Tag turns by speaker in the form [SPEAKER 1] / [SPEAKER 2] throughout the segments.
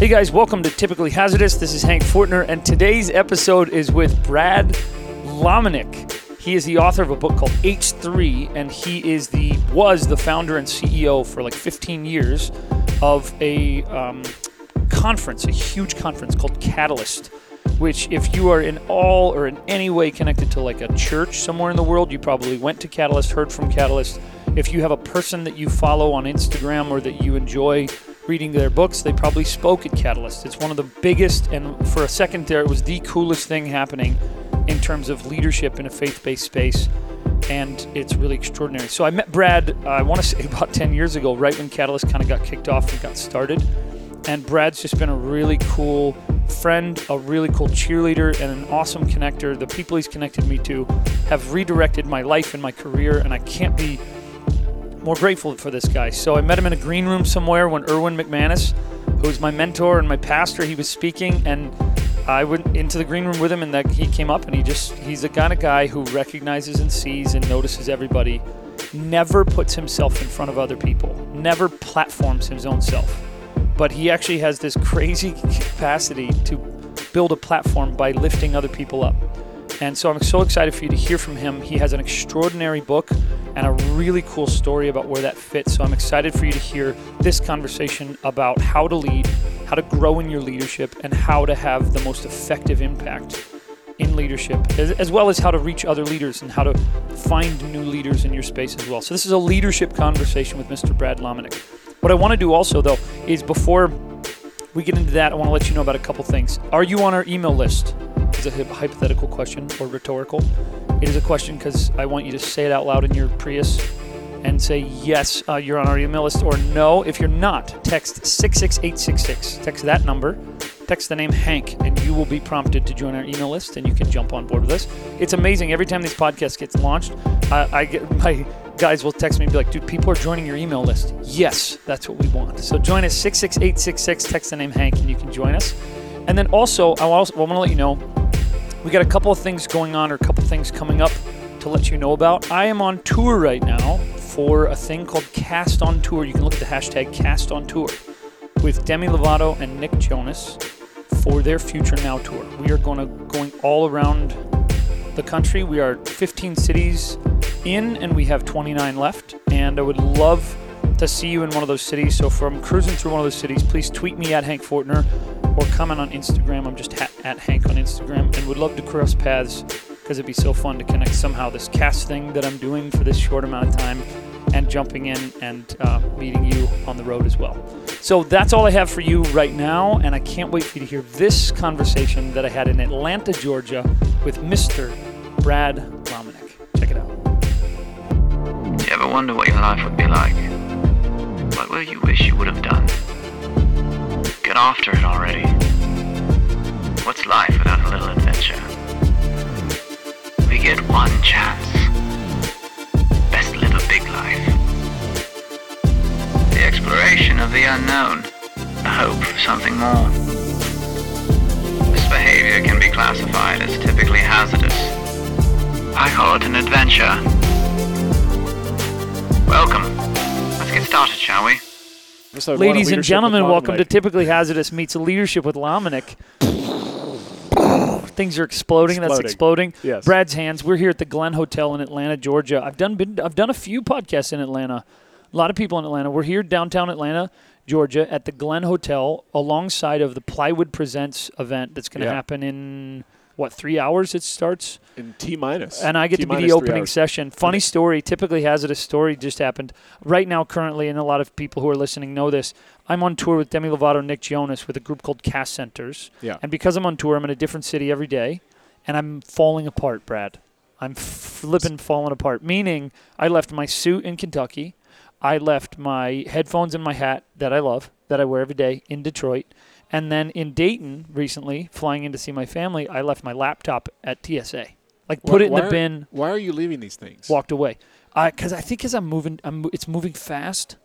[SPEAKER 1] Hey guys, welcome to Typically Hazardous. This is Hank Fortner, and today's episode is with Brad Lominick. He is the author of a book called H3, and he is the was the founder and CEO for like 15 years of a um, conference, a huge conference called Catalyst. Which, if you are in all or in any way connected to like a church somewhere in the world, you probably went to Catalyst, heard from Catalyst. If you have a person that you follow on Instagram or that you enjoy reading their books, they probably spoke at Catalyst. It's one of the biggest, and for a second there, it was the coolest thing happening in terms of leadership in a faith based space. And it's really extraordinary. So I met Brad, I want to say about 10 years ago, right when Catalyst kind of got kicked off and got started. And Brad's just been a really cool friend, a really cool cheerleader, and an awesome connector. The people he's connected me to have redirected my life and my career, and I can't be more grateful for this guy. So I met him in a green room somewhere when Erwin McManus, who was my mentor and my pastor, he was speaking, and I went into the green room with him, and that he came up and he just he's the kind of guy who recognizes and sees and notices everybody, never puts himself in front of other people, never platforms his own self but he actually has this crazy capacity to build a platform by lifting other people up. And so I'm so excited for you to hear from him. He has an extraordinary book and a really cool story about where that fits. So I'm excited for you to hear this conversation about how to lead, how to grow in your leadership, and how to have the most effective impact in leadership, as, as well as how to reach other leaders and how to find new leaders in your space as well. So, this is a leadership conversation with Mr. Brad Lominick. What I want to do also, though, is before we get into that, I want to let you know about a couple things. Are you on our email list? It's a hy- hypothetical question or rhetorical. It is a question because I want you to say it out loud in your Prius and say yes, uh, you're on our email list, or no, if you're not, text 66866. Text that number, text the name Hank, and you will be prompted to join our email list, and you can jump on board with us. It's amazing. Every time these podcasts gets launched, I, I get my guys will text me and be like, dude, people are joining your email list. Yes, that's what we want. So join us 66866, text the name Hank, and you can join us. And then also, I want to let you know we got a couple of things going on or a couple of things coming up to let you know about. I am on tour right now for a thing called Cast on Tour. You can look at the hashtag Cast on Tour with Demi Lovato and Nick Jonas for their Future Now tour. We are going to going all around the country. We are 15 cities in, and we have 29 left. And I would love to see you in one of those cities. So, from cruising through one of those cities, please tweet me at Hank Fortner or comment on Instagram. I'm just ha- at Hank on Instagram, and would love to cross paths because it'd be so fun to connect somehow. This cast thing that I'm doing for this short amount of time, and jumping in and uh, meeting you on the road as well. So that's all I have for you right now, and I can't wait for you to hear this conversation that I had in Atlanta, Georgia, with Mr. Brad Lominick. Check it out.
[SPEAKER 2] Do you ever wonder what your life would be like? What will you wish you would have done? Get after it already. What's life without a little adventure? We get one chance. Best live a big life. The exploration of the unknown. The hope for something more. This behavior can be classified as typically hazardous. I call it an adventure. Welcome. Let's get started, shall we?
[SPEAKER 3] episode one of
[SPEAKER 1] Ladies and
[SPEAKER 3] Leadership
[SPEAKER 1] gentlemen,
[SPEAKER 3] with
[SPEAKER 1] welcome to
[SPEAKER 3] Dominic.
[SPEAKER 1] Typically Hazardous Meets Leadership with Lominick. Things are exploding. That's
[SPEAKER 3] Exploding.
[SPEAKER 1] exploding.
[SPEAKER 3] Yes.
[SPEAKER 1] Brad's hands. We're here at the Glen Hotel in Atlanta, Georgia. I've done been, I've done a few podcasts in Atlanta. A lot of people in Atlanta. We're here downtown Atlanta, Georgia, at the Glen Hotel, alongside of the Plywood Presents event that's going to
[SPEAKER 3] Yeah.
[SPEAKER 1] happen in what three hours? It starts.
[SPEAKER 3] in T minus,
[SPEAKER 1] And I get to be the opening session. Funny story, typically hazardous story just happened. Right now, currently, and a lot of people who are listening know this, I'm on tour with Demi Lovato and Nick Jonas with a group called Cast Centers.
[SPEAKER 3] Yeah.
[SPEAKER 1] And because I'm on tour, I'm in a different city every day, and I'm falling apart, Brad. I'm flipping falling apart. Meaning, I left my suit in Kentucky. I left my headphones and my hat that I love, that I wear every day in Detroit. And then in Dayton recently, flying in to see my family, I left my laptop at TSA. Like put it in the bin,
[SPEAKER 3] Why are you leaving these things?
[SPEAKER 1] walked away. Because I think as I'm moving, I'm, mo- it's moving fast,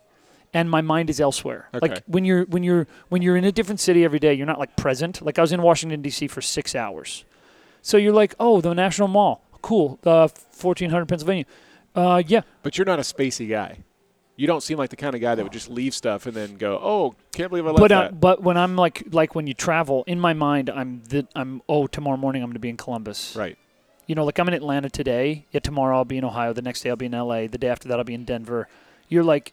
[SPEAKER 1] and my mind is elsewhere. Like
[SPEAKER 3] Okay.
[SPEAKER 1] when you're when you're when you're in a different city every day, you're not like present. Like I was in Washington D.C. for six hours, so you're like, oh, the National Mall, cool, uh, 1400 Pennsylvania, uh, yeah,
[SPEAKER 3] but you're not a spacey guy. you don't seem like the kind of guy that would just leave stuff and then go, "Oh, can't believe I left
[SPEAKER 1] But uh,
[SPEAKER 3] that."
[SPEAKER 1] but when I'm like like when you travel in my mind, I'm the, I'm oh tomorrow morning I'm going to be in Columbus.
[SPEAKER 3] right.
[SPEAKER 1] You know, like I'm in Atlanta today. Yet tomorrow I'll be in Ohio. The next day I'll be in L.A. The day after that I'll be in Denver. You're like,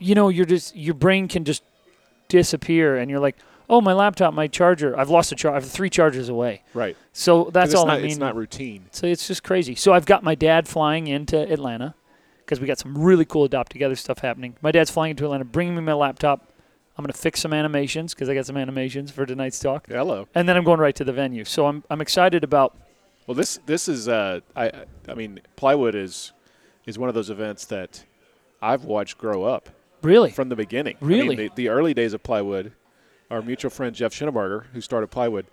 [SPEAKER 1] you know, you're just your brain can just disappear, and you're like, oh my laptop, my charger. I've lost a charger. I'm three chargers away.
[SPEAKER 3] Right. 'Cause
[SPEAKER 1] So that's
[SPEAKER 3] it's
[SPEAKER 1] all
[SPEAKER 3] not,
[SPEAKER 1] I mean.
[SPEAKER 3] It's not routine.
[SPEAKER 1] So it's just crazy. So I've got my dad flying into Atlanta because we got some really cool adopt together stuff happening. My dad's flying into Atlanta, bringing me my laptop. I'm going to fix some animations because I got some animations for tonight's talk.
[SPEAKER 3] Hello.
[SPEAKER 1] And then I'm going right to the venue. So I'm, I'm excited about
[SPEAKER 3] Well, this this is uh, I I- I mean, plywood is is one of those events that I've watched grow up
[SPEAKER 1] really.
[SPEAKER 3] from the beginning. I
[SPEAKER 1] Really?
[SPEAKER 3] mean, the, the early days of plywood. Our mutual friend Jeff Schinnebarger, who started plywood,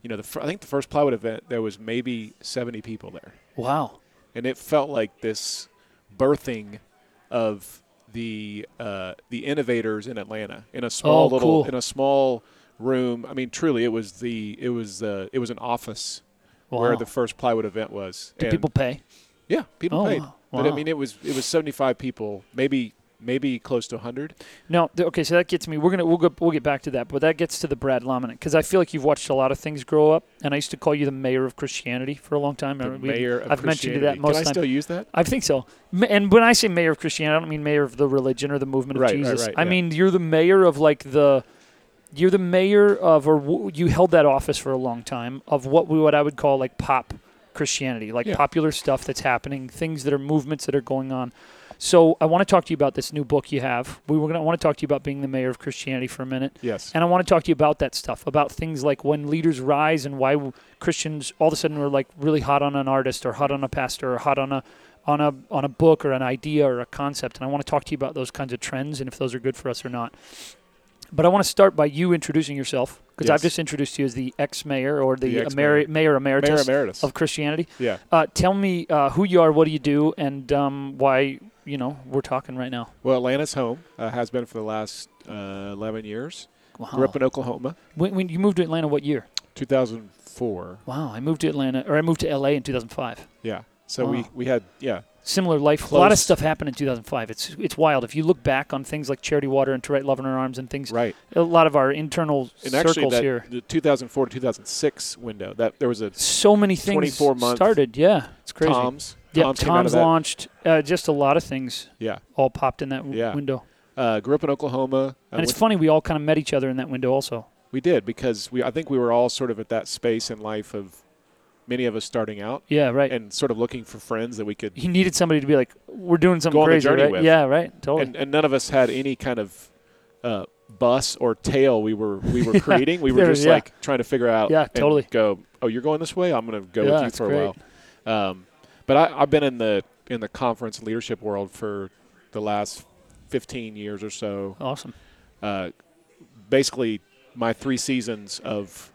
[SPEAKER 3] you know, the fir- I think the first plywood event there was maybe 70 people there.
[SPEAKER 1] wow.
[SPEAKER 3] and it felt like this birthing of the uh, the innovators in Atlanta in a small
[SPEAKER 1] Oh,
[SPEAKER 3] little
[SPEAKER 1] cool.
[SPEAKER 3] in a small room. I mean, truly, it was the it was the it was an office
[SPEAKER 1] Wow.
[SPEAKER 3] where the first plywood event was.
[SPEAKER 1] Do
[SPEAKER 3] And-
[SPEAKER 1] people pay?
[SPEAKER 3] yeah, people
[SPEAKER 1] Oh,
[SPEAKER 3] paid,
[SPEAKER 1] wow.
[SPEAKER 3] but I
[SPEAKER 1] Wow.
[SPEAKER 3] mean, it was it was seventy five people, maybe maybe close to hundred.
[SPEAKER 1] No. th- Okay. So that gets me. We're gonna we'll go, we'll get back to that, but that gets to the Brad Lominick because I feel like you've watched a lot of things grow up, and I used to call you the mayor of Christianity for a long time.
[SPEAKER 3] The
[SPEAKER 1] and we-
[SPEAKER 3] mayor of
[SPEAKER 1] I've mentioned you
[SPEAKER 3] Christianity.
[SPEAKER 1] that most
[SPEAKER 3] Can I
[SPEAKER 1] times.
[SPEAKER 3] still use that?
[SPEAKER 1] I think so. M- And when I say mayor of Christianity, I don't mean mayor of the religion or the movement of
[SPEAKER 3] Right, right,
[SPEAKER 1] Jesus.
[SPEAKER 3] right,
[SPEAKER 1] I
[SPEAKER 3] yeah.
[SPEAKER 1] mean you're the mayor of like the you're the mayor of or w- you held that office for a long time of what we what I would call like pop Christianity, like
[SPEAKER 3] Yeah.
[SPEAKER 1] popular stuff that's happening, things that are movements that are going on. So I want to talk to you about this new book you have. We were going to want to talk to you about being the mayor of Christianity for a minute.
[SPEAKER 3] Yes.
[SPEAKER 1] And I want to talk to you about that stuff, about things like when leaders rise and why w- Christians all of a sudden were like really hot on an artist or hot on a pastor or hot on a on a on a book or an idea or a concept. And I want to talk to you about those kinds of trends and if those are good for us or not. But I want to start by you introducing yourself because I've
[SPEAKER 3] Yes.
[SPEAKER 1] just introduced you as the ex-mayor or the,
[SPEAKER 3] The
[SPEAKER 1] emeri-
[SPEAKER 3] ex-mayor.
[SPEAKER 1] mayor emeritus
[SPEAKER 3] Mayor emeritus.
[SPEAKER 1] of Christianity.
[SPEAKER 3] yeah.
[SPEAKER 1] Uh, tell me uh, who you are, what do you do, and um, why you know we're talking right now.
[SPEAKER 3] Well, Atlanta's home uh, has been for the last uh, eleven years.
[SPEAKER 1] Wow.
[SPEAKER 3] Grew up in Oklahoma,
[SPEAKER 1] when, when you moved to Atlanta, what year?
[SPEAKER 3] two thousand four.
[SPEAKER 1] Wow, I moved to Atlanta, or I moved to LA in 2005.
[SPEAKER 3] Yeah. So we,
[SPEAKER 1] Wow.
[SPEAKER 3] we had yeah
[SPEAKER 1] Similar life. A lot of
[SPEAKER 3] Close.
[SPEAKER 1] stuff happened in 2005. It's it's wild. If you look back on things like Charity Water and To Write Love in Our Arms and things,
[SPEAKER 3] right
[SPEAKER 1] a lot of our internal
[SPEAKER 3] and actually
[SPEAKER 1] circles
[SPEAKER 3] that,
[SPEAKER 1] here.
[SPEAKER 3] the 2004 to 2006 window that there was a
[SPEAKER 1] So many things
[SPEAKER 3] 24 month
[SPEAKER 1] started. Yeah, it's crazy.
[SPEAKER 3] Tom's
[SPEAKER 1] Yep,
[SPEAKER 3] Tom's, came out
[SPEAKER 1] Tom's
[SPEAKER 3] of that.
[SPEAKER 1] launched. Uh, just a lot of things
[SPEAKER 3] yeah
[SPEAKER 1] all popped in that w-
[SPEAKER 3] Yeah.
[SPEAKER 1] window.
[SPEAKER 3] uh, grew up in Oklahoma I
[SPEAKER 1] And it's
[SPEAKER 3] went-
[SPEAKER 1] funny, we all kind of met each other in that window also.
[SPEAKER 3] we did because we I think we were all sort of at that space in life of many of us starting out
[SPEAKER 1] Yeah, right.
[SPEAKER 3] and sort of looking for friends that we could
[SPEAKER 1] he needed somebody to be like, we're doing something
[SPEAKER 3] Go on a
[SPEAKER 1] crazy,
[SPEAKER 3] journey
[SPEAKER 1] right?
[SPEAKER 3] with.
[SPEAKER 1] Yeah, right. Totally.
[SPEAKER 3] and, and none of us had any kind of uh, bus or tail we were we were creating we were
[SPEAKER 1] There-
[SPEAKER 3] just
[SPEAKER 1] yeah.
[SPEAKER 3] like trying to figure out
[SPEAKER 1] Yeah,
[SPEAKER 3] and
[SPEAKER 1] totally.
[SPEAKER 3] go oh you're going this way I'm gonna go
[SPEAKER 1] Yeah,
[SPEAKER 3] with you
[SPEAKER 1] it's
[SPEAKER 3] for a
[SPEAKER 1] great.
[SPEAKER 3] while um, but I, I've been in the in the conference leadership world for the last 15 years or so
[SPEAKER 1] awesome. Oh.
[SPEAKER 3] uh, basically my three seasons of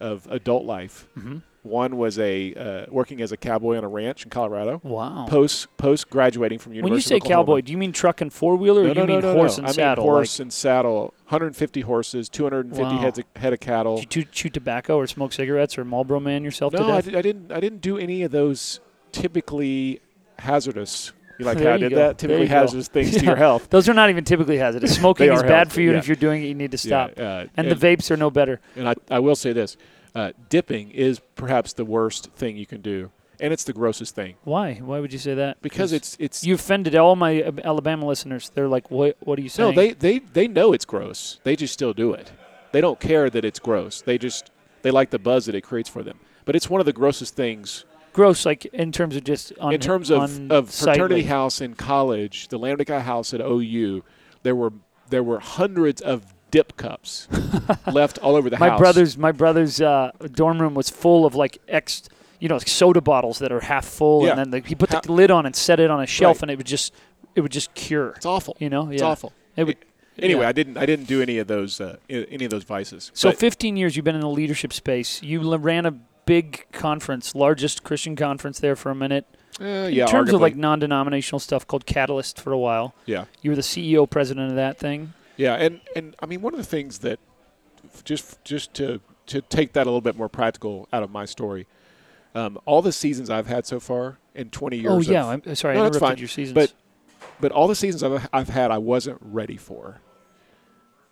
[SPEAKER 3] of adult life
[SPEAKER 1] Mm-hmm.
[SPEAKER 3] one was a uh, working as a cowboy on a ranch in Colorado
[SPEAKER 1] Wow.
[SPEAKER 3] post post graduating from
[SPEAKER 1] when you
[SPEAKER 3] University
[SPEAKER 1] say
[SPEAKER 3] of Oklahoma.
[SPEAKER 1] cowboy, do you mean truck and four wheeler, or
[SPEAKER 3] No,
[SPEAKER 1] you
[SPEAKER 3] no, no,
[SPEAKER 1] mean
[SPEAKER 3] no,
[SPEAKER 1] horse
[SPEAKER 3] no.
[SPEAKER 1] and
[SPEAKER 3] I mean
[SPEAKER 1] saddle? like-
[SPEAKER 3] horse and saddle. 150 horses, 250
[SPEAKER 1] Wow.
[SPEAKER 3] heads of, head of cattle.
[SPEAKER 1] Did you to- chew tobacco or smoke cigarettes or Marlboro Man yourself
[SPEAKER 3] No,
[SPEAKER 1] to
[SPEAKER 3] I,
[SPEAKER 1] death?
[SPEAKER 3] did, I didn't. I didn't do any of those typically hazardous. You like
[SPEAKER 1] There
[SPEAKER 3] how I
[SPEAKER 1] you
[SPEAKER 3] did
[SPEAKER 1] go.
[SPEAKER 3] that?
[SPEAKER 1] There
[SPEAKER 3] Typically
[SPEAKER 1] you go.
[SPEAKER 3] hazardous things to
[SPEAKER 1] Yeah.
[SPEAKER 3] your health.
[SPEAKER 1] Those are not even typically hazardous. Smoking
[SPEAKER 3] They
[SPEAKER 1] is
[SPEAKER 3] are
[SPEAKER 1] bad
[SPEAKER 3] healthy,
[SPEAKER 1] for you, and
[SPEAKER 3] yeah.
[SPEAKER 1] if you're doing it, you need to stop.
[SPEAKER 3] Yeah, uh,
[SPEAKER 1] and, the vapes are no better.
[SPEAKER 3] and I, I will say this: uh, dipping is perhaps the worst thing you can do, and it's the grossest thing
[SPEAKER 1] Why? Why would you say that?
[SPEAKER 3] because it's it's.
[SPEAKER 1] you offended all my uh, Alabama listeners. They're like, "What? What are you
[SPEAKER 3] no,
[SPEAKER 1] saying?"
[SPEAKER 3] they, they they know it's gross. They just still do it. They don't care that it's gross. They just they like the buzz that it creates for them. But it's one of the grossest things
[SPEAKER 1] gross. Like in terms of just on
[SPEAKER 3] in terms of, of
[SPEAKER 1] unsightly.
[SPEAKER 3] fraternity house in college, the Lambda Chi house at OU, there were there were hundreds of dip cups left all over the
[SPEAKER 1] My
[SPEAKER 3] house.
[SPEAKER 1] brother's my brother's uh, dorm room was full of like ex, you know, like soda bottles that are half full,
[SPEAKER 3] Yeah.
[SPEAKER 1] and then like, he put the
[SPEAKER 3] Ha-
[SPEAKER 1] lid on and set it on a shelf,
[SPEAKER 3] Right.
[SPEAKER 1] and it would just it would just cure.
[SPEAKER 3] it's awful.
[SPEAKER 1] You know,
[SPEAKER 3] it's
[SPEAKER 1] yeah.
[SPEAKER 3] awful.
[SPEAKER 1] It would-
[SPEAKER 3] anyway,
[SPEAKER 1] yeah.
[SPEAKER 3] I didn't I didn't do any of those uh, i- any of those vices.
[SPEAKER 1] So,
[SPEAKER 3] But
[SPEAKER 1] 15 years you've been in the leadership space. You l- ran a big conference, largest Christian conference there for a minute.
[SPEAKER 3] eh,
[SPEAKER 1] In
[SPEAKER 3] yeah,
[SPEAKER 1] terms of
[SPEAKER 3] arguably.
[SPEAKER 1] like non-denominational stuff called Catalyst for a while,
[SPEAKER 3] yeah,
[SPEAKER 1] you were the CEO president of that thing.
[SPEAKER 3] yeah, and and I mean one of the things that just just to to take that a little bit more practical out of my story, um, all the seasons I've had so far in 20 years.
[SPEAKER 1] Oh
[SPEAKER 3] of-
[SPEAKER 1] yeah, I'm uh, sorry,
[SPEAKER 3] No,
[SPEAKER 1] I
[SPEAKER 3] that's
[SPEAKER 1] interrupted
[SPEAKER 3] fine.
[SPEAKER 1] your seasons.
[SPEAKER 3] But but all the seasons I've, I've had, I wasn't ready for.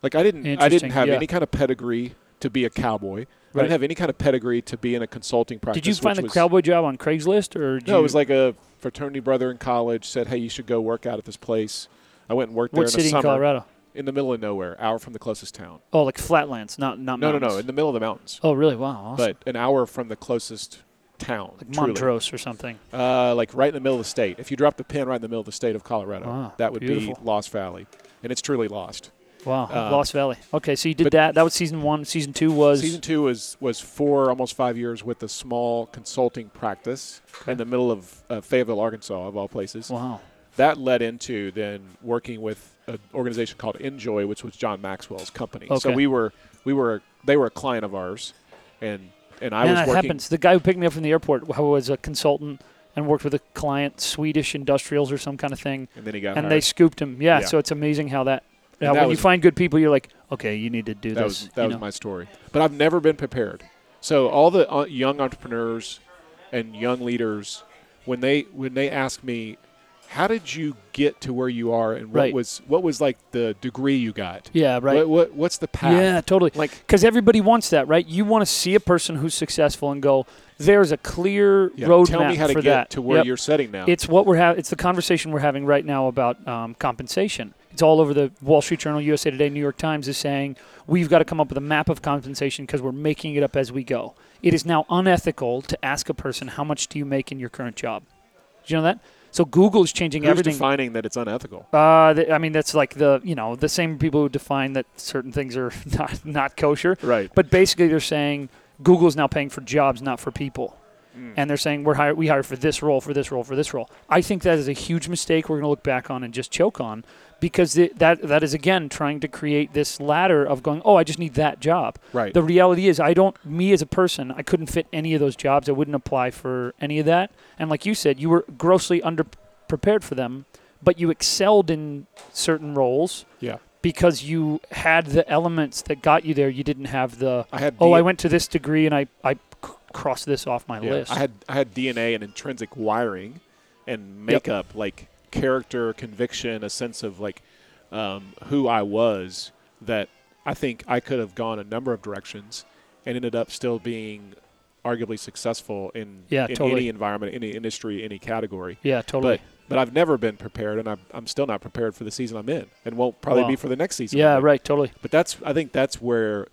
[SPEAKER 3] Like I didn't, I
[SPEAKER 1] Interesting,
[SPEAKER 3] didn't have
[SPEAKER 1] yeah.
[SPEAKER 3] any kind of pedigree to be a cowboy. I
[SPEAKER 1] Right.
[SPEAKER 3] didn't have any kind of pedigree to be in a consulting practice.
[SPEAKER 1] Did you find the
[SPEAKER 3] which was,
[SPEAKER 1] cowboy job on Craigslist or? Did
[SPEAKER 3] No,
[SPEAKER 1] you,
[SPEAKER 3] it was like a fraternity brother in college said, "Hey, you should go work out at this place." I went and worked there
[SPEAKER 1] what
[SPEAKER 3] in
[SPEAKER 1] city
[SPEAKER 3] the
[SPEAKER 1] in
[SPEAKER 3] summer,
[SPEAKER 1] Colorado?
[SPEAKER 3] in the middle of nowhere, hour from the closest town.
[SPEAKER 1] Oh, like flatlands, not not
[SPEAKER 3] No, no,
[SPEAKER 1] mountains.
[SPEAKER 3] no, in the middle of the mountains,
[SPEAKER 1] Oh, really? Wow. Awesome.
[SPEAKER 3] but an hour from the closest town.
[SPEAKER 1] like
[SPEAKER 3] truly.
[SPEAKER 1] Montrose or something.
[SPEAKER 3] Uh, like right in the middle of the state. If you drop the pin right in the middle of the state of Colorado,
[SPEAKER 1] Wow,
[SPEAKER 3] that would
[SPEAKER 1] beautiful.
[SPEAKER 3] be Lost Valley, and it's truly lost.
[SPEAKER 1] Wow,
[SPEAKER 3] Uh,
[SPEAKER 1] Lost Valley. Okay, so you did
[SPEAKER 3] but-
[SPEAKER 1] that. That was season one. Season two was
[SPEAKER 3] Season two was was four, almost five years with a small consulting practice in the middle of uh, Fayetteville, Arkansas, of all places.
[SPEAKER 1] wow.
[SPEAKER 3] That led into then working with an organization called Enjoy, which was John Maxwell's company. So
[SPEAKER 1] Okay.
[SPEAKER 3] we were we were they were a client of ours, and and I
[SPEAKER 1] Man,
[SPEAKER 3] was
[SPEAKER 1] that
[SPEAKER 3] working.
[SPEAKER 1] happens. The guy who picked me up from the airport who was a consultant and worked with a client, Swedish industrials or some kind of thing,
[SPEAKER 3] And then he got
[SPEAKER 1] and
[SPEAKER 3] hired.
[SPEAKER 1] they scooped him. Yeah,
[SPEAKER 3] Yeah.
[SPEAKER 1] so it's amazing how that.
[SPEAKER 3] And
[SPEAKER 1] how
[SPEAKER 3] that
[SPEAKER 1] when
[SPEAKER 3] was-
[SPEAKER 1] you find good people, you're like, okay, you need to do
[SPEAKER 3] that
[SPEAKER 1] this.
[SPEAKER 3] was that
[SPEAKER 1] you
[SPEAKER 3] was
[SPEAKER 1] know?
[SPEAKER 3] my story. But I've never been prepared. So all the uh, young entrepreneurs and young leaders, when they when they ask me, how did you get to where you are, and what
[SPEAKER 1] Right.
[SPEAKER 3] was what was like the degree you got?
[SPEAKER 1] yeah, right.
[SPEAKER 3] What, what what's the path?
[SPEAKER 1] Yeah, totally.
[SPEAKER 3] Like
[SPEAKER 1] Because everybody wants that, right? You want to see a person who's successful and go, "There's a clear
[SPEAKER 3] yeah,
[SPEAKER 1] roadmap
[SPEAKER 3] tell me how to
[SPEAKER 1] for
[SPEAKER 3] get
[SPEAKER 1] that."
[SPEAKER 3] to where
[SPEAKER 1] Yep.
[SPEAKER 3] you're setting now.
[SPEAKER 1] It's what we're having. It's the conversation we're having right now about um, compensation. It's all over the Wall Street Journal, USA Today, New York Times is saying we've got to come up with a map of compensation because we're making it up as we go. It is now unethical to ask a person how much do you make in your current job. Did you know that? So Google is changing
[SPEAKER 3] Who's
[SPEAKER 1] everything.
[SPEAKER 3] defining that it's unethical?
[SPEAKER 1] Uh, th- I mean, that's like the you know the same people who define that certain things are not not kosher.
[SPEAKER 3] Right.
[SPEAKER 1] But basically, they're saying Google's now paying for jobs, not for people. And they're saying we're hire, we hire for this role, for this role, for this role. I think that is a huge mistake we're going to look back on and just choke on because th- that that is again trying to create this ladder of going, oh, I just need that job.
[SPEAKER 3] Right.
[SPEAKER 1] The reality is, I don't. Me as a person, I couldn't fit any of those jobs. I wouldn't apply for any of that. And like you said, you were grossly underprepared for them, but you excelled in certain roles
[SPEAKER 3] Yeah.
[SPEAKER 1] because you had the elements that got you there. You didn't have the
[SPEAKER 3] I had
[SPEAKER 1] oh,
[SPEAKER 3] D-
[SPEAKER 1] I went to this degree and I I c- crossed this off my
[SPEAKER 3] yeah,
[SPEAKER 1] list.
[SPEAKER 3] I had I had DNA and intrinsic wiring, and makeup like character, conviction, a sense of like um, who I was. That I think I could have gone a number of directions, and ended up still being arguably successful in,
[SPEAKER 1] Yeah,
[SPEAKER 3] in
[SPEAKER 1] totally.
[SPEAKER 3] any environment, any industry, any category.
[SPEAKER 1] yeah, totally.
[SPEAKER 3] But but I've never been prepared, and I'm, I'm still not prepared for the season I'm in, and won't probably
[SPEAKER 1] Wow.
[SPEAKER 3] be for the next season.
[SPEAKER 1] yeah,
[SPEAKER 3] I'm in.
[SPEAKER 1] right, totally.
[SPEAKER 3] But that's I think that's where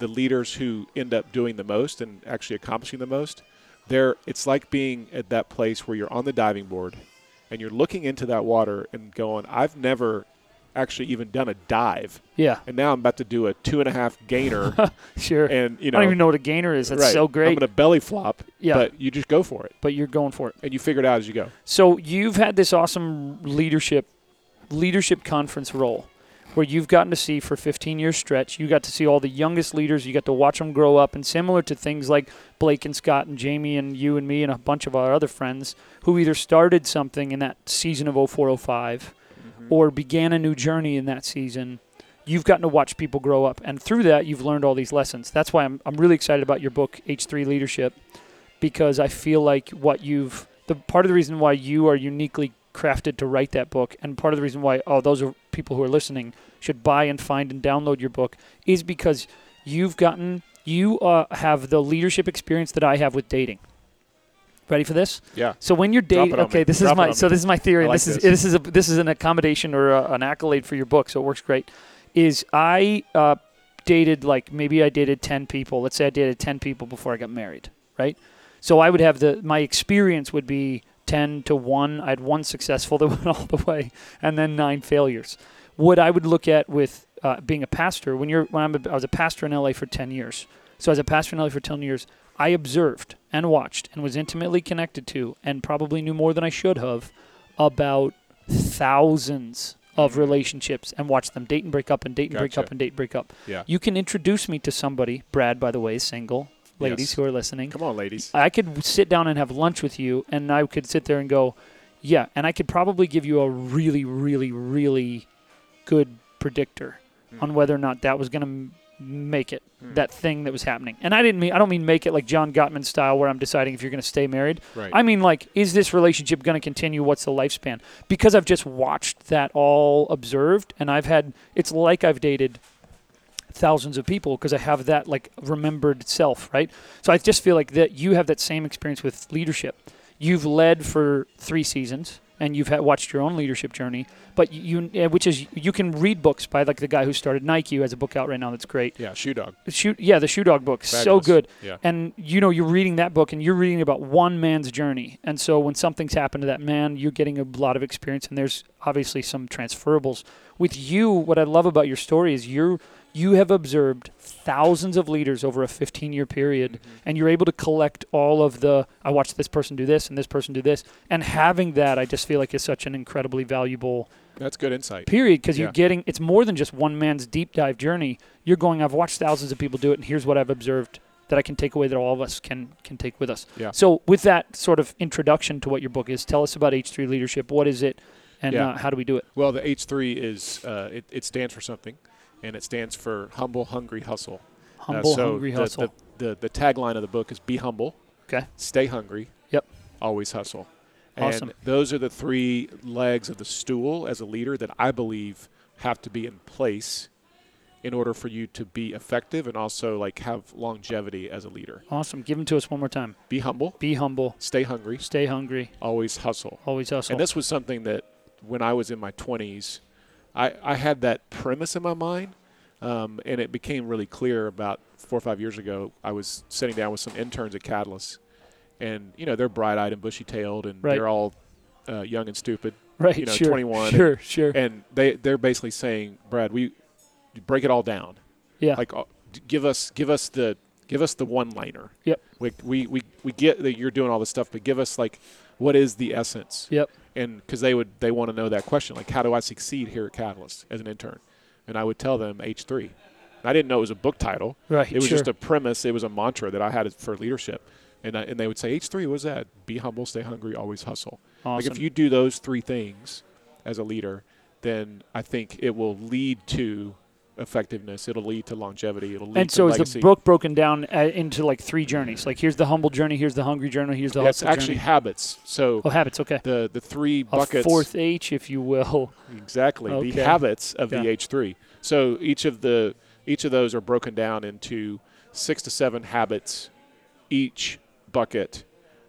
[SPEAKER 3] the leaders who end up doing the most and actually accomplishing the most, they're it's like being at that place where you're on the diving board and you're looking into that water and going, I've never actually even done a dive.
[SPEAKER 1] Yeah,
[SPEAKER 3] And now I'm about to do a two and a half gainer
[SPEAKER 1] sure.
[SPEAKER 3] and you
[SPEAKER 1] I
[SPEAKER 3] know
[SPEAKER 1] don't even know what a gainer is. That's
[SPEAKER 3] right,
[SPEAKER 1] so
[SPEAKER 3] I'm
[SPEAKER 1] great.
[SPEAKER 3] gonna belly flop.
[SPEAKER 1] Yeah.
[SPEAKER 3] But you just go for it
[SPEAKER 1] but you're going for it.
[SPEAKER 3] and you figure it out as you go.
[SPEAKER 1] So you've had this awesome leadership leadership conference role where you've gotten to see for 15 year stretch you got to see all the youngest leaders you got to watch them grow up and similar to things like blake and scott and jamie and you and me and a bunch of our other friends who either started something in that season of 0405
[SPEAKER 3] Mm-hmm.
[SPEAKER 1] or began a new journey in that season you've gotten to watch people grow up and through that you've learned all these lessons that's why i'm, I'm really excited about your book h3 leadership because I feel like what you've the part of the reason why you are uniquely crafted to write that book and part of the reason why oh those are people who are listening should buy and find and download your book is because you've gotten you uh, have the leadership experience that I have with dating. Ready for this?
[SPEAKER 3] Yeah.
[SPEAKER 1] So when you're
[SPEAKER 3] Drop
[SPEAKER 1] dating,
[SPEAKER 3] it on
[SPEAKER 1] okay,
[SPEAKER 3] me.
[SPEAKER 1] this is
[SPEAKER 3] Drop it
[SPEAKER 1] my
[SPEAKER 3] on
[SPEAKER 1] so
[SPEAKER 3] me.
[SPEAKER 1] this is my theory.
[SPEAKER 3] I like
[SPEAKER 1] this is
[SPEAKER 3] this.
[SPEAKER 1] this is a this is an accommodation or a, an accolade for your book, so it works great. Is I uh, dated like maybe I dated ten people. Let's say I dated ten people before I got married, right? So I would have the my experience would be ten to one. I had one successful that went all the way, and then nine failures. What I would look at with uh, being a pastor when you're when I'm a, I was a pastor in LA for ten years. So as a pastor in LA for ten years, I observed and watched and was intimately connected to, and probably knew more than I should have about thousands of relationships and watched them date and break up and date and break
[SPEAKER 3] Mm-hmm. Gotcha.
[SPEAKER 1] up and date and break up.
[SPEAKER 3] Yeah.
[SPEAKER 1] You can introduce me to somebody, Brad, by the way, is single ladies
[SPEAKER 3] Yes.
[SPEAKER 1] who are listening.
[SPEAKER 3] Come on, ladies.
[SPEAKER 1] I could sit down and have lunch with you, and I could sit there and go, yeah, and I could probably give you a really, really, really good predictor on whether or not that was going to make it that thing that was happening. And I didn't mean I don't mean make it like John Gottman style where I'm deciding if you're going to stay married.
[SPEAKER 3] Right.
[SPEAKER 1] I mean like is this relationship going to continue? What's the lifespan? Because I've just watched that all observed and I've had it's like I've dated thousands of people because I have that like remembered self, right? So I just feel like that you have that same experience with leadership. You've led for 3 seasons and you've had watched your own leadership journey, but you eh, which is you can read books by like the guy who started Nike who has a book out right now that's great
[SPEAKER 3] Yeah, shoe dog.
[SPEAKER 1] shoot yeah the shoe dog book so
[SPEAKER 3] Fabulous.
[SPEAKER 1] good
[SPEAKER 3] Yeah.
[SPEAKER 1] and you know you're reading that book and you're reading about one man's journey and so when something's happened to that man you're getting a lot of experience and there's obviously some transferables with you what i love about your story is you're you have observed thousands of leaders over a 15 year period and you're able to collect all of the i watched this person do this and this person do this and having that i just feel like is such an incredibly valuable
[SPEAKER 3] That's good insight.
[SPEAKER 1] period because you're
[SPEAKER 3] Yeah.
[SPEAKER 1] getting it's more than just one man's deep dive journey you're going i've watched thousands of people do it and here's what i've observed that i can take away that all of us can can take with us
[SPEAKER 3] Yeah.
[SPEAKER 1] so with that sort of introduction to what your book is tell us about h3 leadership what is it and
[SPEAKER 3] Yeah.
[SPEAKER 1] uh, how do we do it
[SPEAKER 3] Well, the H three is uh, it, it stands for something, and it stands for humble, hungry, hustle. Uh,
[SPEAKER 1] humble
[SPEAKER 3] so
[SPEAKER 1] hungry
[SPEAKER 3] the,
[SPEAKER 1] hustle
[SPEAKER 3] The, the the tagline of the book is "Be humble,
[SPEAKER 1] okay
[SPEAKER 3] stay hungry,
[SPEAKER 1] yep
[SPEAKER 3] always hustle."
[SPEAKER 1] Awesome.
[SPEAKER 3] And those are the three legs of the stool as a leader that I believe have to be in place in order for you to be effective and also like have longevity as a leader.
[SPEAKER 1] awesome give them to us one more time
[SPEAKER 3] Be humble,
[SPEAKER 1] be humble
[SPEAKER 3] stay hungry,
[SPEAKER 1] stay hungry
[SPEAKER 3] always hustle.
[SPEAKER 1] always hustle
[SPEAKER 3] And this was something that when I was in my 20s, I, I had that premise in my mind. Um, and it became really clear about four or five years ago. I was sitting down with some interns at Catalyst. And, you know, they're bright eyed and bushy tailed and
[SPEAKER 1] Right.
[SPEAKER 3] they're all uh, young and stupid.
[SPEAKER 1] right
[SPEAKER 3] You know,
[SPEAKER 1] sure
[SPEAKER 3] 21.
[SPEAKER 1] sure sure
[SPEAKER 3] And they, they're basically saying, Brad, we break it all down.
[SPEAKER 1] yeah
[SPEAKER 3] Like, uh, d- give us, give us the, give us the one liner.
[SPEAKER 1] yep
[SPEAKER 3] Like, we, we, we get that you're doing all this stuff, but give us, like, what is the essence?
[SPEAKER 1] yep
[SPEAKER 3] and because they would they want to know that question like how do i succeed here at catalyst as an intern and i would tell them h3 and i didn't know it was a book title
[SPEAKER 1] Right,
[SPEAKER 3] it was
[SPEAKER 1] sure.
[SPEAKER 3] just a premise it was a mantra that i had for leadership and, I, and they would say h3 was that be humble stay hungry always hustle like if
[SPEAKER 1] Awesome.
[SPEAKER 3] you do those three things as a leader then i think it will lead to effectiveness it'll lead to longevity it'll lead
[SPEAKER 1] and
[SPEAKER 3] to
[SPEAKER 1] so is
[SPEAKER 3] legacy
[SPEAKER 1] the book broken down uh, into like three journeys like here's the humble journey here's the hungry journey here's the
[SPEAKER 3] that's
[SPEAKER 1] hustle
[SPEAKER 3] actually
[SPEAKER 1] journey.
[SPEAKER 3] habits so
[SPEAKER 1] Oh, habits. Okay.
[SPEAKER 3] the the three
[SPEAKER 1] A
[SPEAKER 3] buckets
[SPEAKER 1] fourth H, if you will.
[SPEAKER 3] Exactly.
[SPEAKER 1] Okay.
[SPEAKER 3] The habits of the
[SPEAKER 1] Yeah.
[SPEAKER 3] H3. So each of the each of those are broken down into 6 to 7 habits each bucket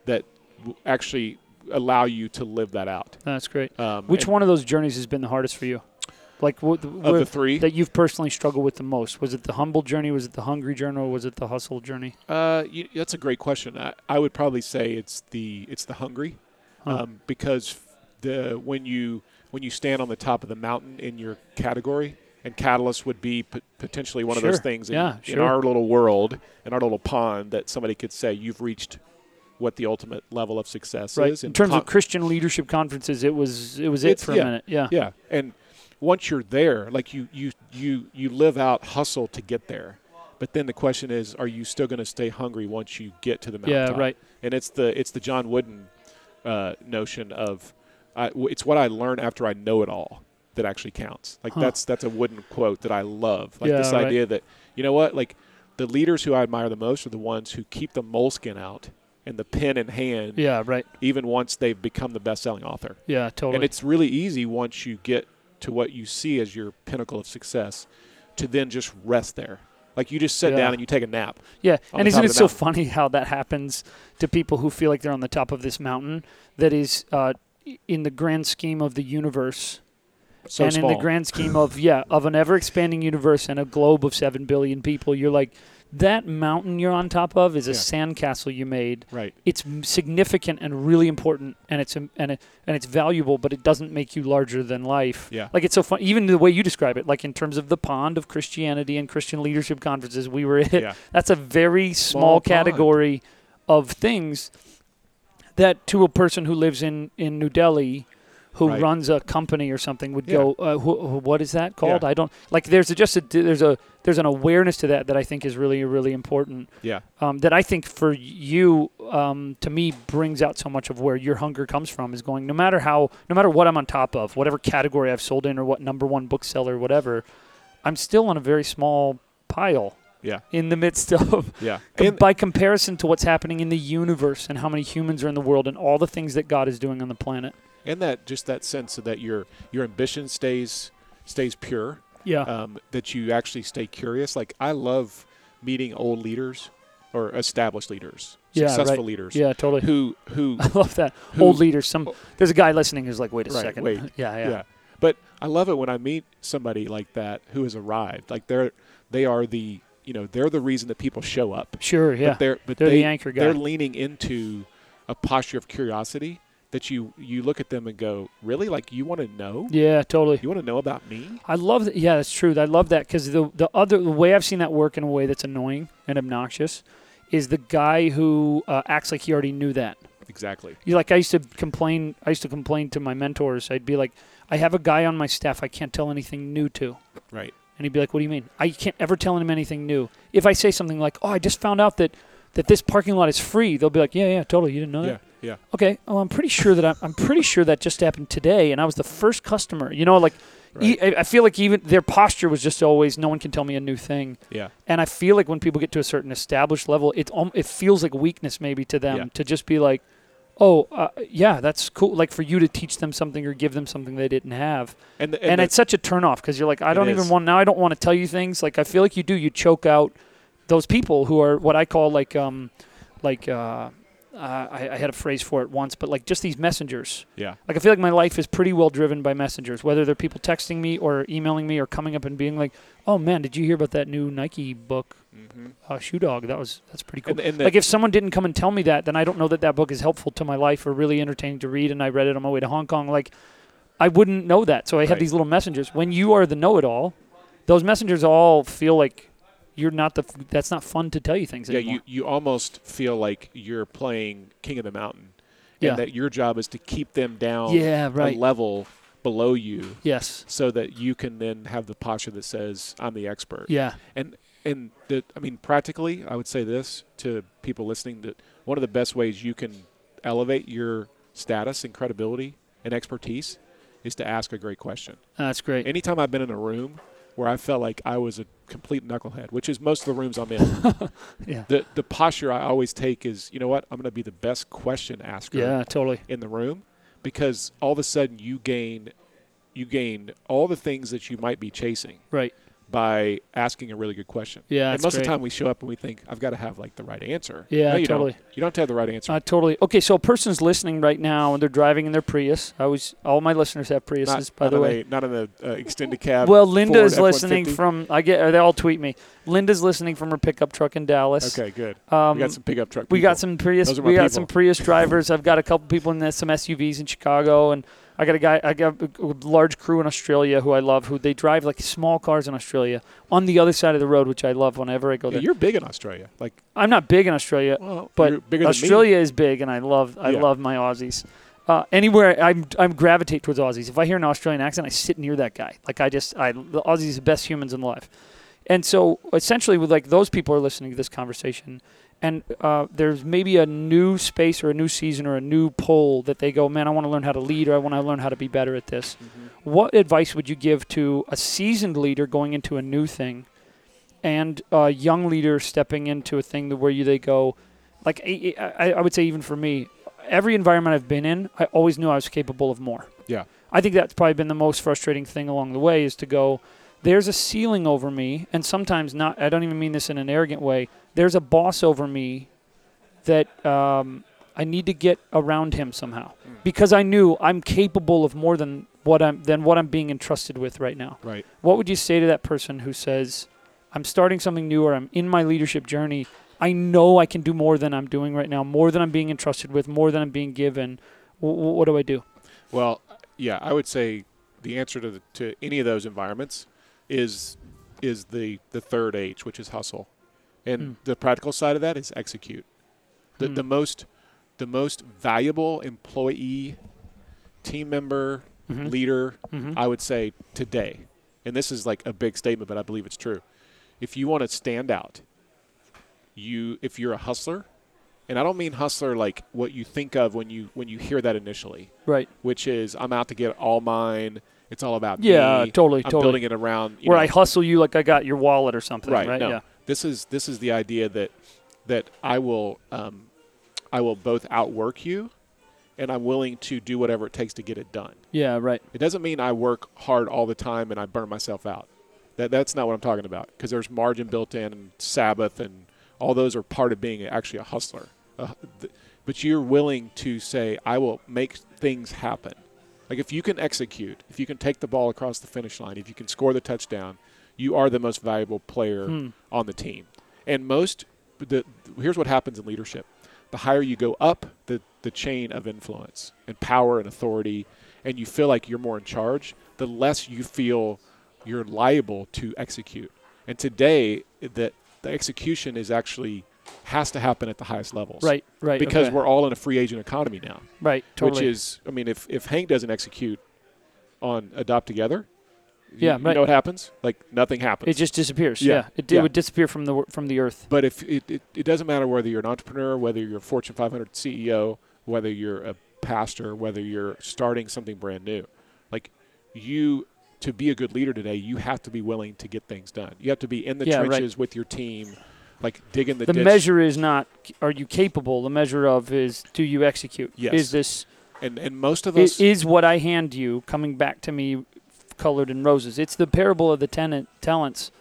[SPEAKER 3] that w- actually allow you to live that out.
[SPEAKER 1] That's great.
[SPEAKER 3] Um,
[SPEAKER 1] Which
[SPEAKER 3] and
[SPEAKER 1] one of those journeys has been the hardest for you? Like what
[SPEAKER 3] of the three?
[SPEAKER 1] that you've personally struggled with the most? Was it the humble journey? Was it the hungry journey? Or was it the hustle journey?
[SPEAKER 3] Uh, you, that's a great question. I, I would probably say it's the it's the hungry, um, because the when you when you stand on the top of the mountain in your category, and catalyst would be p- potentially one of those
[SPEAKER 1] Sure.
[SPEAKER 3] things in,
[SPEAKER 1] Yeah,
[SPEAKER 3] in
[SPEAKER 1] sure.
[SPEAKER 3] our little world, in our little pond, that somebody could say you've reached what the ultimate level of success
[SPEAKER 1] Right.
[SPEAKER 3] is.
[SPEAKER 1] In
[SPEAKER 3] And
[SPEAKER 1] terms of
[SPEAKER 3] con-
[SPEAKER 1] Christian leadership conferences, it was it was it
[SPEAKER 3] It's-
[SPEAKER 1] for
[SPEAKER 3] yeah.
[SPEAKER 1] a minute. Yeah.
[SPEAKER 3] yeah, and once you're there, like you you you you live out hustle to get there. But then the question is, are you still going to stay hungry once you get to the
[SPEAKER 1] Yeah,
[SPEAKER 3] mountaintop?
[SPEAKER 1] right.
[SPEAKER 3] And it's the it's the John Wooden uh, notion of I w it's what I learn after I know it all that actually counts. Like that's that's a Wooden quote that I love. Like
[SPEAKER 1] Yeah,
[SPEAKER 3] this
[SPEAKER 1] right.
[SPEAKER 3] idea that you know what, like the leaders who I admire the most are the ones who keep the moleskin out and the pen in hand,
[SPEAKER 1] Yeah, Right.
[SPEAKER 3] even once they've become the best-selling author.
[SPEAKER 1] Yeah. Totally.
[SPEAKER 3] And it's really easy once you get to what you see as your pinnacle of success to then just rest there. Like you just sit
[SPEAKER 1] Yeah.
[SPEAKER 3] down and you take a nap.
[SPEAKER 1] Yeah,
[SPEAKER 3] on
[SPEAKER 1] and
[SPEAKER 3] the
[SPEAKER 1] isn't
[SPEAKER 3] top
[SPEAKER 1] it
[SPEAKER 3] of the
[SPEAKER 1] so
[SPEAKER 3] mountain.
[SPEAKER 1] funny how that happens to people who feel like they're on the top of this mountain that is, uh, in the grand scheme of the universe,
[SPEAKER 3] So
[SPEAKER 1] and in
[SPEAKER 3] small.
[SPEAKER 1] the grand scheme of yeah of an ever expanding universe and a globe of seven billion people, you're like that mountain you're on top of is a
[SPEAKER 3] Yeah.
[SPEAKER 1] sandcastle you made.
[SPEAKER 3] Right.
[SPEAKER 1] It's m- significant and really important, and it's im- and it, and it's valuable, but it doesn't make you larger than life.
[SPEAKER 3] Yeah.
[SPEAKER 1] Like it's so fun, even the way you describe it, like in terms of the pond of Christianity and Christian leadership conferences we were at.
[SPEAKER 3] Yeah.
[SPEAKER 1] That's a very small,
[SPEAKER 3] Small pond.
[SPEAKER 1] category of things that to a person who lives in in New Delhi who
[SPEAKER 3] Right.
[SPEAKER 1] runs a company or something would
[SPEAKER 3] Yeah.
[SPEAKER 1] go uh, wh- wh- what is that called
[SPEAKER 3] Yeah.
[SPEAKER 1] i don't like there's a, just a there's a there's an awareness to that that i think is really really important
[SPEAKER 3] Yeah.
[SPEAKER 1] um, that i think for you um, to me brings out so much of where your hunger comes from is going no matter how no matter what i'm on top of whatever category i've sold in or what number one bookseller whatever i'm still on a very small pile
[SPEAKER 3] Yeah.
[SPEAKER 1] in the midst of
[SPEAKER 3] Yeah.
[SPEAKER 1] com-
[SPEAKER 3] And-
[SPEAKER 1] by comparison to what's happening in the universe and how many humans are in the world and all the things that God is doing on the planet.
[SPEAKER 3] and that just that sense that your your ambition stays stays pure
[SPEAKER 1] Yeah.
[SPEAKER 3] um, that you actually stay curious like i love meeting old leaders or established leaders
[SPEAKER 1] yeah,
[SPEAKER 3] successful
[SPEAKER 1] right.
[SPEAKER 3] leaders
[SPEAKER 1] Yeah, totally.
[SPEAKER 3] who who
[SPEAKER 1] I love that.
[SPEAKER 3] who-
[SPEAKER 1] Old leaders. Some there's a guy listening who's like, wait a
[SPEAKER 3] Right,
[SPEAKER 1] second.
[SPEAKER 3] wait.
[SPEAKER 1] Yeah, yeah,
[SPEAKER 3] yeah. But I love it when I meet somebody like that who has arrived. Like they're they are the you know they're the reason that people show up.
[SPEAKER 1] Sure, yeah.
[SPEAKER 3] But they're but
[SPEAKER 1] They're the
[SPEAKER 3] they,
[SPEAKER 1] anchor guy.
[SPEAKER 3] They're leaning into a posture of curiosity that you you look at them and go, really? Like you want to know?
[SPEAKER 1] yeah, totally.
[SPEAKER 3] You want to know about me?
[SPEAKER 1] I love that. Yeah, that's true. I love that because the the other the way I've seen that work in a way that's annoying and obnoxious is the guy who uh, acts like he already knew that.
[SPEAKER 3] Exactly.
[SPEAKER 1] You like I used to complain. I used to complain to my mentors. I'd be like, I have a guy on my staff I can't tell anything new to,
[SPEAKER 3] Right.
[SPEAKER 1] and he'd be like, What do you mean? I can't ever tell him anything new. If I say something like, Oh, I just found out that that this parking lot is free, they'll be like, Yeah, yeah, totally. You didn't know
[SPEAKER 3] Yeah.
[SPEAKER 1] that.
[SPEAKER 3] Yeah.
[SPEAKER 1] Okay. Well, I'm pretty sure that I'm, I'm pretty sure that just happened today, and I was the first customer. You know, like. e- I I feel like even their posture was just always no one can tell me a new thing,
[SPEAKER 3] Yeah.
[SPEAKER 1] and I feel like when people get to a certain established level, it al- it feels like weakness maybe to them
[SPEAKER 3] Yeah.
[SPEAKER 1] to just be like, oh uh, yeah, that's cool. Like for you to teach them something or give them something they didn't have,
[SPEAKER 3] And the,
[SPEAKER 1] and,
[SPEAKER 3] and, the-
[SPEAKER 1] it's such a turnoff because you're like, I
[SPEAKER 3] It
[SPEAKER 1] don't even
[SPEAKER 3] is.
[SPEAKER 1] want now. I don't want to tell you things. Like I feel like you do. You choke out those people who are what I call like um like uh, uh I, I had a phrase for it once, but like just these messengers.
[SPEAKER 3] yeah.
[SPEAKER 1] Like I feel like my life is pretty well driven by messengers, whether they're people texting me or emailing me or coming up and being like, "Oh man, did you hear about that new Nike book,
[SPEAKER 3] Mm-hmm.
[SPEAKER 1] uh, Shoe Dog? That was that's pretty cool."
[SPEAKER 3] And, and the,
[SPEAKER 1] like if someone didn't come and tell me that, then I don't know that that book is helpful to my life or really entertaining to read. And I read it on my way to Hong Kong. Like I wouldn't know that, so I have
[SPEAKER 3] Right.
[SPEAKER 1] these little messengers. When you are the know-it-all, those messengers all feel like you're not the. f- That's not fun to tell you things
[SPEAKER 3] yeah,
[SPEAKER 1] anymore.
[SPEAKER 3] you, you almost feel like you're playing King of the Mountain,
[SPEAKER 1] Yeah.
[SPEAKER 3] and that your job is to keep them down
[SPEAKER 1] yeah, right.
[SPEAKER 3] a level below you
[SPEAKER 1] yes.
[SPEAKER 3] so that you can then have the posture that says I'm the expert.
[SPEAKER 1] Yeah.
[SPEAKER 3] And and the, I mean practically, I would say this to people listening that one of the best ways you can elevate your status and credibility and expertise is to ask a great question.
[SPEAKER 1] Ah, That's great.
[SPEAKER 3] Anytime I've been in a room where I felt like I was a complete knucklehead, which is most of the rooms I'm in,
[SPEAKER 1] yeah.
[SPEAKER 3] the the posture I always take is, you know what, I'm going to be the best question asker
[SPEAKER 1] Yeah. Totally.
[SPEAKER 3] in the room because all of a sudden you gain you gain all the things that you might be chasing
[SPEAKER 1] Right.
[SPEAKER 3] by asking a really good question.
[SPEAKER 1] Yeah,
[SPEAKER 3] and
[SPEAKER 1] that's
[SPEAKER 3] most of
[SPEAKER 1] great.
[SPEAKER 3] the time we show up and we think I've got to have like the right answer.
[SPEAKER 1] Yeah,
[SPEAKER 3] No, you
[SPEAKER 1] totally.
[SPEAKER 3] Don't. You don't have to have the right answer.
[SPEAKER 1] Uh, totally. Okay, so a person's listening right now and they're driving in their Prius. I was all my listeners have Priuses,
[SPEAKER 3] not,
[SPEAKER 1] by
[SPEAKER 3] not
[SPEAKER 1] the
[SPEAKER 3] in
[SPEAKER 1] way.
[SPEAKER 3] a- not in the uh, extended cab.
[SPEAKER 1] Well, Linda
[SPEAKER 3] Ford
[SPEAKER 1] is listening
[SPEAKER 3] F-150.
[SPEAKER 1] from. I get. They all tweet me. Linda's listening from her pickup truck in Dallas.
[SPEAKER 3] Okay, good.
[SPEAKER 1] Um,
[SPEAKER 3] we got some pickup truck.
[SPEAKER 1] We got
[SPEAKER 3] people.
[SPEAKER 1] some Prius.
[SPEAKER 3] Those are
[SPEAKER 1] We
[SPEAKER 3] my
[SPEAKER 1] got
[SPEAKER 3] people.
[SPEAKER 1] some Prius drivers. I've got a couple people in this, some SUVs in Chicago, and I got a guy. I got a large crew in Australia who I love. Who they drive like small cars in Australia on the other side of the road, which I love whenever I go
[SPEAKER 3] Yeah,
[SPEAKER 1] there.
[SPEAKER 3] you're big in Australia. Like,
[SPEAKER 1] I'm not big in Australia.
[SPEAKER 3] well, you're
[SPEAKER 1] but
[SPEAKER 3] bigger
[SPEAKER 1] Australia is big, and I love I
[SPEAKER 3] Yeah.
[SPEAKER 1] love my Aussies. Uh, anywhere I'm I'm gravitate towards Aussies. If I hear an Australian accent, I sit near that guy. Like I just I the Aussies are the best humans in life. And so essentially, with like those people are listening to this conversation, and uh, there's maybe a new space or a new season or a new poll that they go, man, I want to learn how to lead or I want to learn how to be better at this.
[SPEAKER 3] than me. Mhm.
[SPEAKER 1] What advice would you give to a seasoned leader going into a new thing, and a young leader stepping into a thing that where you they go, like e, I, I I would say even for me, every environment I've been in, I always knew I was capable of more.
[SPEAKER 3] Yeah.
[SPEAKER 1] I think that's probably been the most frustrating thing along the way is to go, there's a ceiling over me, and sometimes not. I don't even mean this in an arrogant way. There's a boss over me that um, I need to get around him somehow because I knew I'm capable of more than what I'm than what I'm being entrusted with right now.
[SPEAKER 3] Right.
[SPEAKER 1] What would you say to that person who says, "I'm starting something new or I'm in my leadership journey. I know I can do more than I'm doing right now, more than I'm being entrusted with, more than I'm being given. W- what do I do?"
[SPEAKER 3] Well, yeah, I would say the answer to the, to any of those environments is is the the third H, which is hustle, and
[SPEAKER 1] Hmm.
[SPEAKER 3] the practical side of that is execute. The, the most the most valuable employee, team member,
[SPEAKER 1] Mhm.
[SPEAKER 3] leader,
[SPEAKER 1] Mhm.
[SPEAKER 3] I would say today, and this is like a big statement, but I believe it's true. If you want to stand out, you if you're a hustler, and I don't mean hustler like what you think of when you when you hear that initially
[SPEAKER 1] Right.
[SPEAKER 3] which is I'm out to get all mine It's all about
[SPEAKER 1] Yeah,
[SPEAKER 3] me.
[SPEAKER 1] totally,
[SPEAKER 3] I'm
[SPEAKER 1] totally.
[SPEAKER 3] building it around you
[SPEAKER 1] where
[SPEAKER 3] know,
[SPEAKER 1] I hustle you like I got your wallet or something, right?
[SPEAKER 3] No.
[SPEAKER 1] Yeah.
[SPEAKER 3] This is this is the idea that that I will um, I will both outwork you, and I'm willing to do whatever it takes to get it done.
[SPEAKER 1] Yeah, right.
[SPEAKER 3] It doesn't mean I work hard all the time and I burn myself out. That that's not what I'm talking about because there's margin built in and Sabbath and all those are part of being actually a hustler. Uh, th- but you're willing to say I will make things happen. Like if you can execute, if you can take the ball across the finish line, if you can score the touchdown, you are the most valuable player on the team. And most the here's what happens in leadership. The higher you go up the, the chain of influence and power and authority and you feel like you're more in charge, the less you feel you're liable to execute. And today that the execution is actually has to happen at the highest levels.
[SPEAKER 1] Right, right.
[SPEAKER 3] Because
[SPEAKER 1] okay.
[SPEAKER 3] we're all in a free agent economy now
[SPEAKER 1] right, totally.
[SPEAKER 3] which is I mean, if if Hank doesn't execute on adopt together, you-
[SPEAKER 1] Yeah,
[SPEAKER 3] you,
[SPEAKER 1] right.
[SPEAKER 3] know what happens? Like nothing happens.
[SPEAKER 1] it just disappears. Yeah,
[SPEAKER 3] Yeah,
[SPEAKER 1] It, it
[SPEAKER 3] yeah.
[SPEAKER 1] would disappear from the wor- from the earth.
[SPEAKER 3] but if it, it, it doesn't matter whether you're an entrepreneur, whether you're a Fortune 500 CEO, E whether you're a pastor, whether you're starting something brand new, like you to be a good leader today, you have to be willing to get things done. You have to be in the
[SPEAKER 1] Yeah, right.
[SPEAKER 3] trenches with your team, like digging the,
[SPEAKER 1] The
[SPEAKER 3] ditch.
[SPEAKER 1] measure is not are you capable. The measure of is do you execute?
[SPEAKER 3] Yes.
[SPEAKER 1] Is this
[SPEAKER 3] And and most of
[SPEAKER 1] i-
[SPEAKER 3] us,
[SPEAKER 1] is what I hand you coming back to me colored in roses? It's the parable of the tenant talents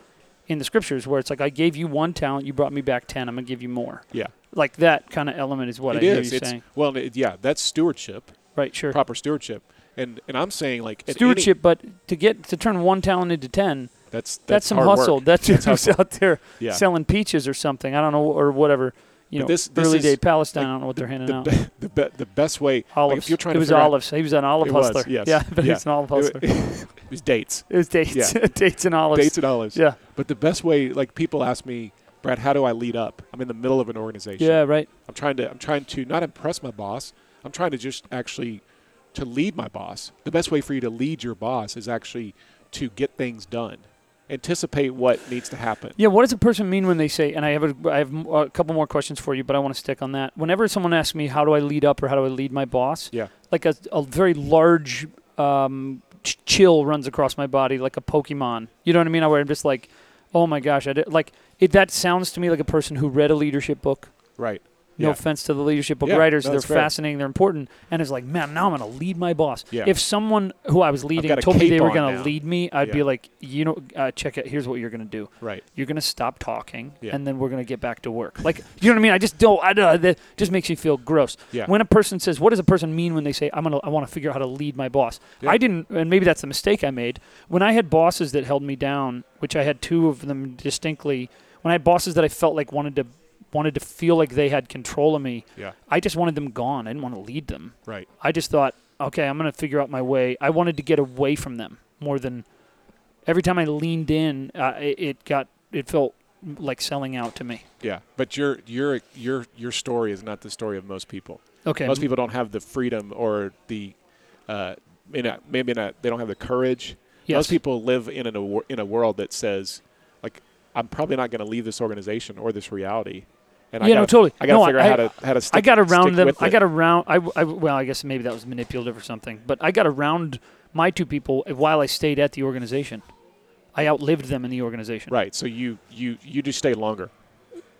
[SPEAKER 1] in the scriptures where it's like I gave you one talent, you brought me back ten. I'm gonna give you more.
[SPEAKER 3] yeah,
[SPEAKER 1] Like that kind of element is what
[SPEAKER 3] it
[SPEAKER 1] I hear
[SPEAKER 3] is.
[SPEAKER 1] you
[SPEAKER 3] It's
[SPEAKER 1] saying.
[SPEAKER 3] well, it- yeah, that's stewardship,
[SPEAKER 1] Right, sure.
[SPEAKER 3] proper stewardship. And and I'm saying like at any-
[SPEAKER 1] Stewardship, but to get to turn one talent into ten,
[SPEAKER 3] That's that's,
[SPEAKER 1] that's, some
[SPEAKER 3] hard
[SPEAKER 1] hustle.
[SPEAKER 3] Work.
[SPEAKER 1] That's,
[SPEAKER 3] That's
[SPEAKER 1] who's
[SPEAKER 3] hustle.
[SPEAKER 1] out there
[SPEAKER 3] Yeah.
[SPEAKER 1] selling peaches or something. I don't know or whatever. You
[SPEAKER 3] But
[SPEAKER 1] know,
[SPEAKER 3] this- this
[SPEAKER 1] early
[SPEAKER 3] is
[SPEAKER 1] day Palestine.
[SPEAKER 3] like
[SPEAKER 1] I don't know what they're handing
[SPEAKER 3] the,
[SPEAKER 1] out.
[SPEAKER 3] be- the, be- the best way.
[SPEAKER 1] olives.
[SPEAKER 3] Like if you're trying
[SPEAKER 1] it
[SPEAKER 3] to
[SPEAKER 1] was
[SPEAKER 3] figure out-
[SPEAKER 1] olives. he was an olive
[SPEAKER 3] It was,
[SPEAKER 1] hustler.
[SPEAKER 3] yes.
[SPEAKER 1] Yeah, but
[SPEAKER 3] Yeah.
[SPEAKER 1] he's an olive hustler.
[SPEAKER 3] It, was- it was dates,
[SPEAKER 1] It was dates,
[SPEAKER 3] Yeah.
[SPEAKER 1] dates and olives.
[SPEAKER 3] dates and olives.
[SPEAKER 1] Yeah,
[SPEAKER 3] But the best way, like people ask me, Brad, how do I lead up? I'm in the middle of an organization.
[SPEAKER 1] yeah, right.
[SPEAKER 3] I'm trying to I'm trying to not impress my boss. I'm trying to just actually to lead my boss. The best way for you to lead your boss is actually to get things done. Anticipate what needs to happen.
[SPEAKER 1] Yeah, what does a person mean when they say? And I have a, I have m- a couple more questions for you, but I want to stick on that. Whenever someone asks me how do I lead up or how do I lead my boss,
[SPEAKER 3] Yeah.
[SPEAKER 1] like a, a very large um, ch- chill runs across my body, like a Pokemon. You know what I mean? I Where I'm just like, oh my gosh, I did, like it. That sounds to me like a person who read a leadership book.
[SPEAKER 3] Right.
[SPEAKER 1] No
[SPEAKER 3] Yeah.
[SPEAKER 1] offense to the leadership book
[SPEAKER 3] Yeah,
[SPEAKER 1] writers,
[SPEAKER 3] no,
[SPEAKER 1] they're
[SPEAKER 3] that's fair.
[SPEAKER 1] fascinating, they're important, and it's like, man, now I'm going to lead my boss.
[SPEAKER 3] Yeah.
[SPEAKER 1] If someone who I was leading
[SPEAKER 3] got a
[SPEAKER 1] told me they
[SPEAKER 3] cape
[SPEAKER 1] were
[SPEAKER 3] on
[SPEAKER 1] going to
[SPEAKER 3] now.
[SPEAKER 1] lead me, I'd be
[SPEAKER 3] Yeah.
[SPEAKER 1] like, you know, uh, check it. Here's what you're going to do.
[SPEAKER 3] Right.
[SPEAKER 1] You're going to stop talking,
[SPEAKER 3] Yeah.
[SPEAKER 1] and then we're going to get back to work. Like, you know what I mean? I just don't. I don't. That just makes me feel gross.
[SPEAKER 3] Yeah.
[SPEAKER 1] When a person says, "What does a person mean when they say I'm gonna? I want to figure out how to lead my boss?"
[SPEAKER 3] Yeah.
[SPEAKER 1] I didn't, and maybe that's the mistake I made. When I had bosses that held me down, which I had two of them distinctly. When I had bosses that I felt like wanted to wanted to feel like they had control of me,
[SPEAKER 3] Yeah.
[SPEAKER 1] I just wanted them gone. I didn't want to lead them.
[SPEAKER 3] Right.
[SPEAKER 1] I just thought, okay, I'm going to figure out my way. I wanted to get away from them more than every time I leaned in, uh, it, it got it felt like selling out to me.
[SPEAKER 3] Yeah. But your your your your story is not the story of most people.
[SPEAKER 1] Okay,
[SPEAKER 3] Most people don't have the freedom or the, uh, may not, maybe not. They don't have the courage.
[SPEAKER 1] Yes.
[SPEAKER 3] Most people live in an, a wor- in a world that says, like, I'm probably not going to leave this organization or this reality, and I
[SPEAKER 1] Yeah, no,
[SPEAKER 3] gotta,
[SPEAKER 1] totally.
[SPEAKER 3] I got to
[SPEAKER 1] No,
[SPEAKER 3] figure
[SPEAKER 1] I-
[SPEAKER 3] out how to how to stick.
[SPEAKER 1] I got
[SPEAKER 3] stick
[SPEAKER 1] around them.
[SPEAKER 3] with
[SPEAKER 1] I
[SPEAKER 3] it.
[SPEAKER 1] got around. I, I well, I guess maybe that was manipulative or something. But I got around my two people while I stayed at the organization. I outlived them in the organization.
[SPEAKER 3] right. So you you you just stay longer.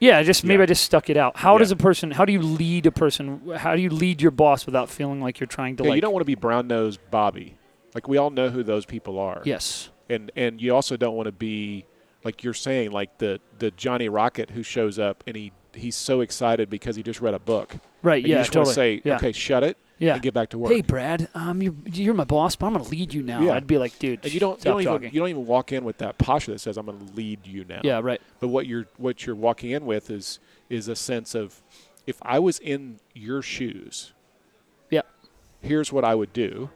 [SPEAKER 1] Yeah, I just maybe
[SPEAKER 3] Yeah.
[SPEAKER 1] I just stuck it out. How
[SPEAKER 3] Yeah.
[SPEAKER 1] does a person? How do you lead a person? How do you lead your boss without feeling like you're trying to
[SPEAKER 3] Yeah,
[SPEAKER 1] like?
[SPEAKER 3] you don't want to be brown nosed Bobby. Like we all know who those people are.
[SPEAKER 1] yes.
[SPEAKER 3] and and you also don't want to be like you're saying like the the Johnny Rocket who shows up and he he's so excited because he just read a book.
[SPEAKER 1] Right,
[SPEAKER 3] And
[SPEAKER 1] yeah,
[SPEAKER 3] You just
[SPEAKER 1] totally.
[SPEAKER 3] want to say,
[SPEAKER 1] Yeah.
[SPEAKER 3] okay, shut it.
[SPEAKER 1] Yeah.
[SPEAKER 3] And get back to work.
[SPEAKER 1] Hey, Brad. Um, you're, you're my boss, but I'm gonna lead you now.
[SPEAKER 3] Yeah.
[SPEAKER 1] I'd be like, dude,
[SPEAKER 3] and you don't you
[SPEAKER 1] stop
[SPEAKER 3] don't, even,
[SPEAKER 1] talking.
[SPEAKER 3] you don't even walk in with that posture that says I'm going to lead you now.
[SPEAKER 1] yeah, right.
[SPEAKER 3] But what you're what you're walking in with is is a sense of if I was in your shoes,
[SPEAKER 1] Yeah,
[SPEAKER 3] here's what I would do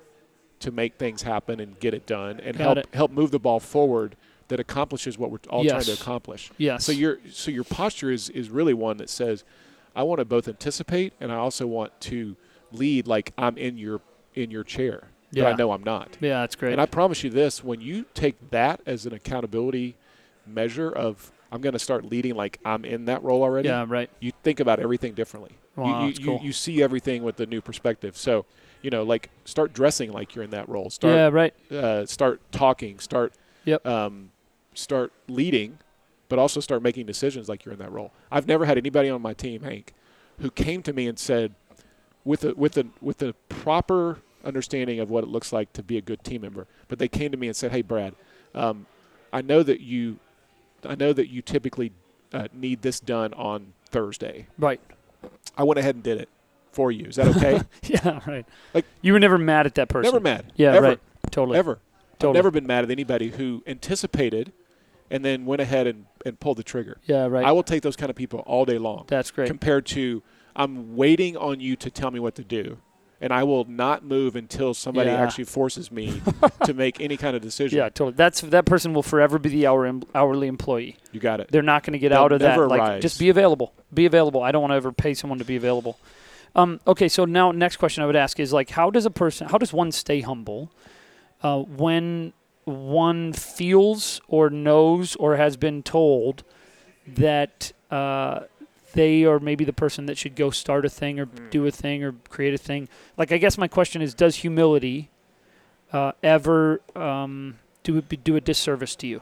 [SPEAKER 3] to make things happen and get it done and
[SPEAKER 1] Got
[SPEAKER 3] help
[SPEAKER 1] it.
[SPEAKER 3] help move the ball forward that accomplishes what we're all trying
[SPEAKER 1] Yes.
[SPEAKER 3] to accomplish.
[SPEAKER 1] Yes.
[SPEAKER 3] So your so your posture is is really one that says, I want to both anticipate and I also want to lead like I'm in your in your chair. But
[SPEAKER 1] Yeah.
[SPEAKER 3] I know I'm not.
[SPEAKER 1] yeah, that's great.
[SPEAKER 3] And I promise you this, when you take that as an accountability measure of I'm gonna start leading like I'm in that role already
[SPEAKER 1] yeah, right.
[SPEAKER 3] you think about everything differently. You-
[SPEAKER 1] Wow,
[SPEAKER 3] you,
[SPEAKER 1] that's
[SPEAKER 3] you,
[SPEAKER 1] cool.
[SPEAKER 3] you see everything with a new perspective. So, you know, like start dressing like you're in that role. Start
[SPEAKER 1] yeah, right.
[SPEAKER 3] uh, start talking, start
[SPEAKER 1] Yep.
[SPEAKER 3] um, start leading, but also start making decisions like you're in that role. I've never had anybody on my team, Hank, who came to me and said, with a with a with a proper understanding of what it looks like to be a good team member, but they came to me and said, "Hey, Brad, um, I know that you, I know that you typically uh, need this done on Thursday.
[SPEAKER 1] right.
[SPEAKER 3] I went ahead and did it for you. Is that okay?
[SPEAKER 1] Yeah, right.
[SPEAKER 3] Like-
[SPEAKER 1] you were never mad at that person.
[SPEAKER 3] Never mad.
[SPEAKER 1] Yeah,
[SPEAKER 3] Ever.
[SPEAKER 1] right. Totally.
[SPEAKER 3] Ever. I've
[SPEAKER 1] Totally.
[SPEAKER 3] never been mad at anybody who anticipated and then went ahead and, and pulled the trigger.
[SPEAKER 1] Yeah, right.
[SPEAKER 3] I will take those kind of people all day long.
[SPEAKER 1] That's great.
[SPEAKER 3] Compared to, I'm waiting on you to tell me what to do, and I will not move until somebody
[SPEAKER 1] Yeah.
[SPEAKER 3] actually forces me to make any kind of decision.
[SPEAKER 1] yeah, totally. That's that person will forever be the hour em- hourly employee.
[SPEAKER 3] You got it.
[SPEAKER 1] They're not going to get
[SPEAKER 3] They'll
[SPEAKER 1] out of that.
[SPEAKER 3] never
[SPEAKER 1] Like,
[SPEAKER 3] rise.
[SPEAKER 1] just be available. Be available. I don't want to ever pay someone to be available. Um, okay, so now next question I would ask is like, how does a person, how does one stay humble uh, when one feels or knows or has been told that uh, they are maybe the person that should go start a thing or
[SPEAKER 3] Hmm.
[SPEAKER 1] do a thing or create a thing? Like, I guess my question is, does humility uh, ever um, do it- do a disservice to you?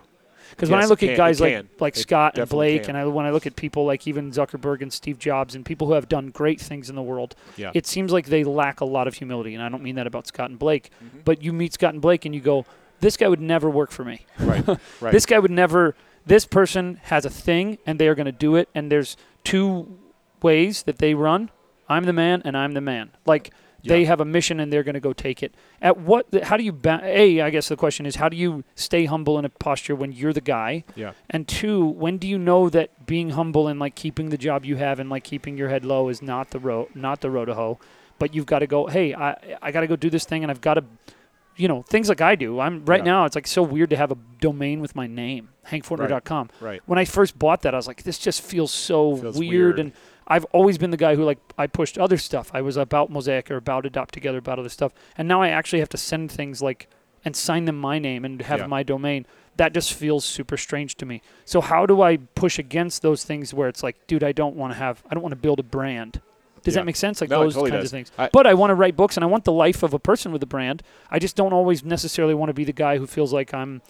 [SPEAKER 1] Because when I
[SPEAKER 3] Yes,
[SPEAKER 1] look
[SPEAKER 3] it
[SPEAKER 1] at
[SPEAKER 3] can-
[SPEAKER 1] guys
[SPEAKER 3] it
[SPEAKER 1] like
[SPEAKER 3] can.
[SPEAKER 1] like
[SPEAKER 3] It
[SPEAKER 1] Scott and
[SPEAKER 3] definitely
[SPEAKER 1] Blake,
[SPEAKER 3] can.
[SPEAKER 1] and I, when I look at people like even Zuckerberg and Steve Jobs and people who have done great things in the world,
[SPEAKER 3] Yeah.
[SPEAKER 1] it seems like they lack a lot of humility. And I don't mean that about Scott and Blake,
[SPEAKER 3] Mm-hmm.
[SPEAKER 1] but you meet Scott and Blake and you go, this guy would never work for me.
[SPEAKER 3] right. Right.
[SPEAKER 1] This guy would never. This person has a thing and they are going to do it. And there's two ways that they run. I'm the man and I'm the man. Like they
[SPEAKER 3] Yeah.
[SPEAKER 1] have a mission and they're going to go take it. At what? How do you? Ba- a. I guess the question is how do you stay humble in a posture when you're the guy.
[SPEAKER 3] yeah.
[SPEAKER 1] And two, when do you know that being humble and like keeping the job you have and like keeping your head low is not the road, not the road to hoe, but you've got to go. Hey, I I got to go do this thing, and I've got to, you know, things like I do. I'm right
[SPEAKER 3] Yeah.
[SPEAKER 1] now. It's like so weird to have a domain with my name, HankFortner.com.
[SPEAKER 3] Right.
[SPEAKER 1] When I first bought that, I was like, this just feels so
[SPEAKER 3] Feels
[SPEAKER 1] weird.
[SPEAKER 3] weird.
[SPEAKER 1] and I've always been the guy who like I pushed other stuff. I was about mosaic or about adopt together, about other stuff, and now I actually have to send things like and sign them my name and have
[SPEAKER 3] Yeah.
[SPEAKER 1] my domain. That just feels super strange to me. So how do I push against those things where it's like, dude, I don't want to have, I don't want to build a brand. Does
[SPEAKER 3] Yeah.
[SPEAKER 1] that make sense? Like
[SPEAKER 3] No, it
[SPEAKER 1] those
[SPEAKER 3] totally
[SPEAKER 1] kinds
[SPEAKER 3] does.
[SPEAKER 1] of things.
[SPEAKER 3] I-
[SPEAKER 1] but I want to write books and I want the life of a person with a brand. I just don't always necessarily want to be the guy who feels like I'm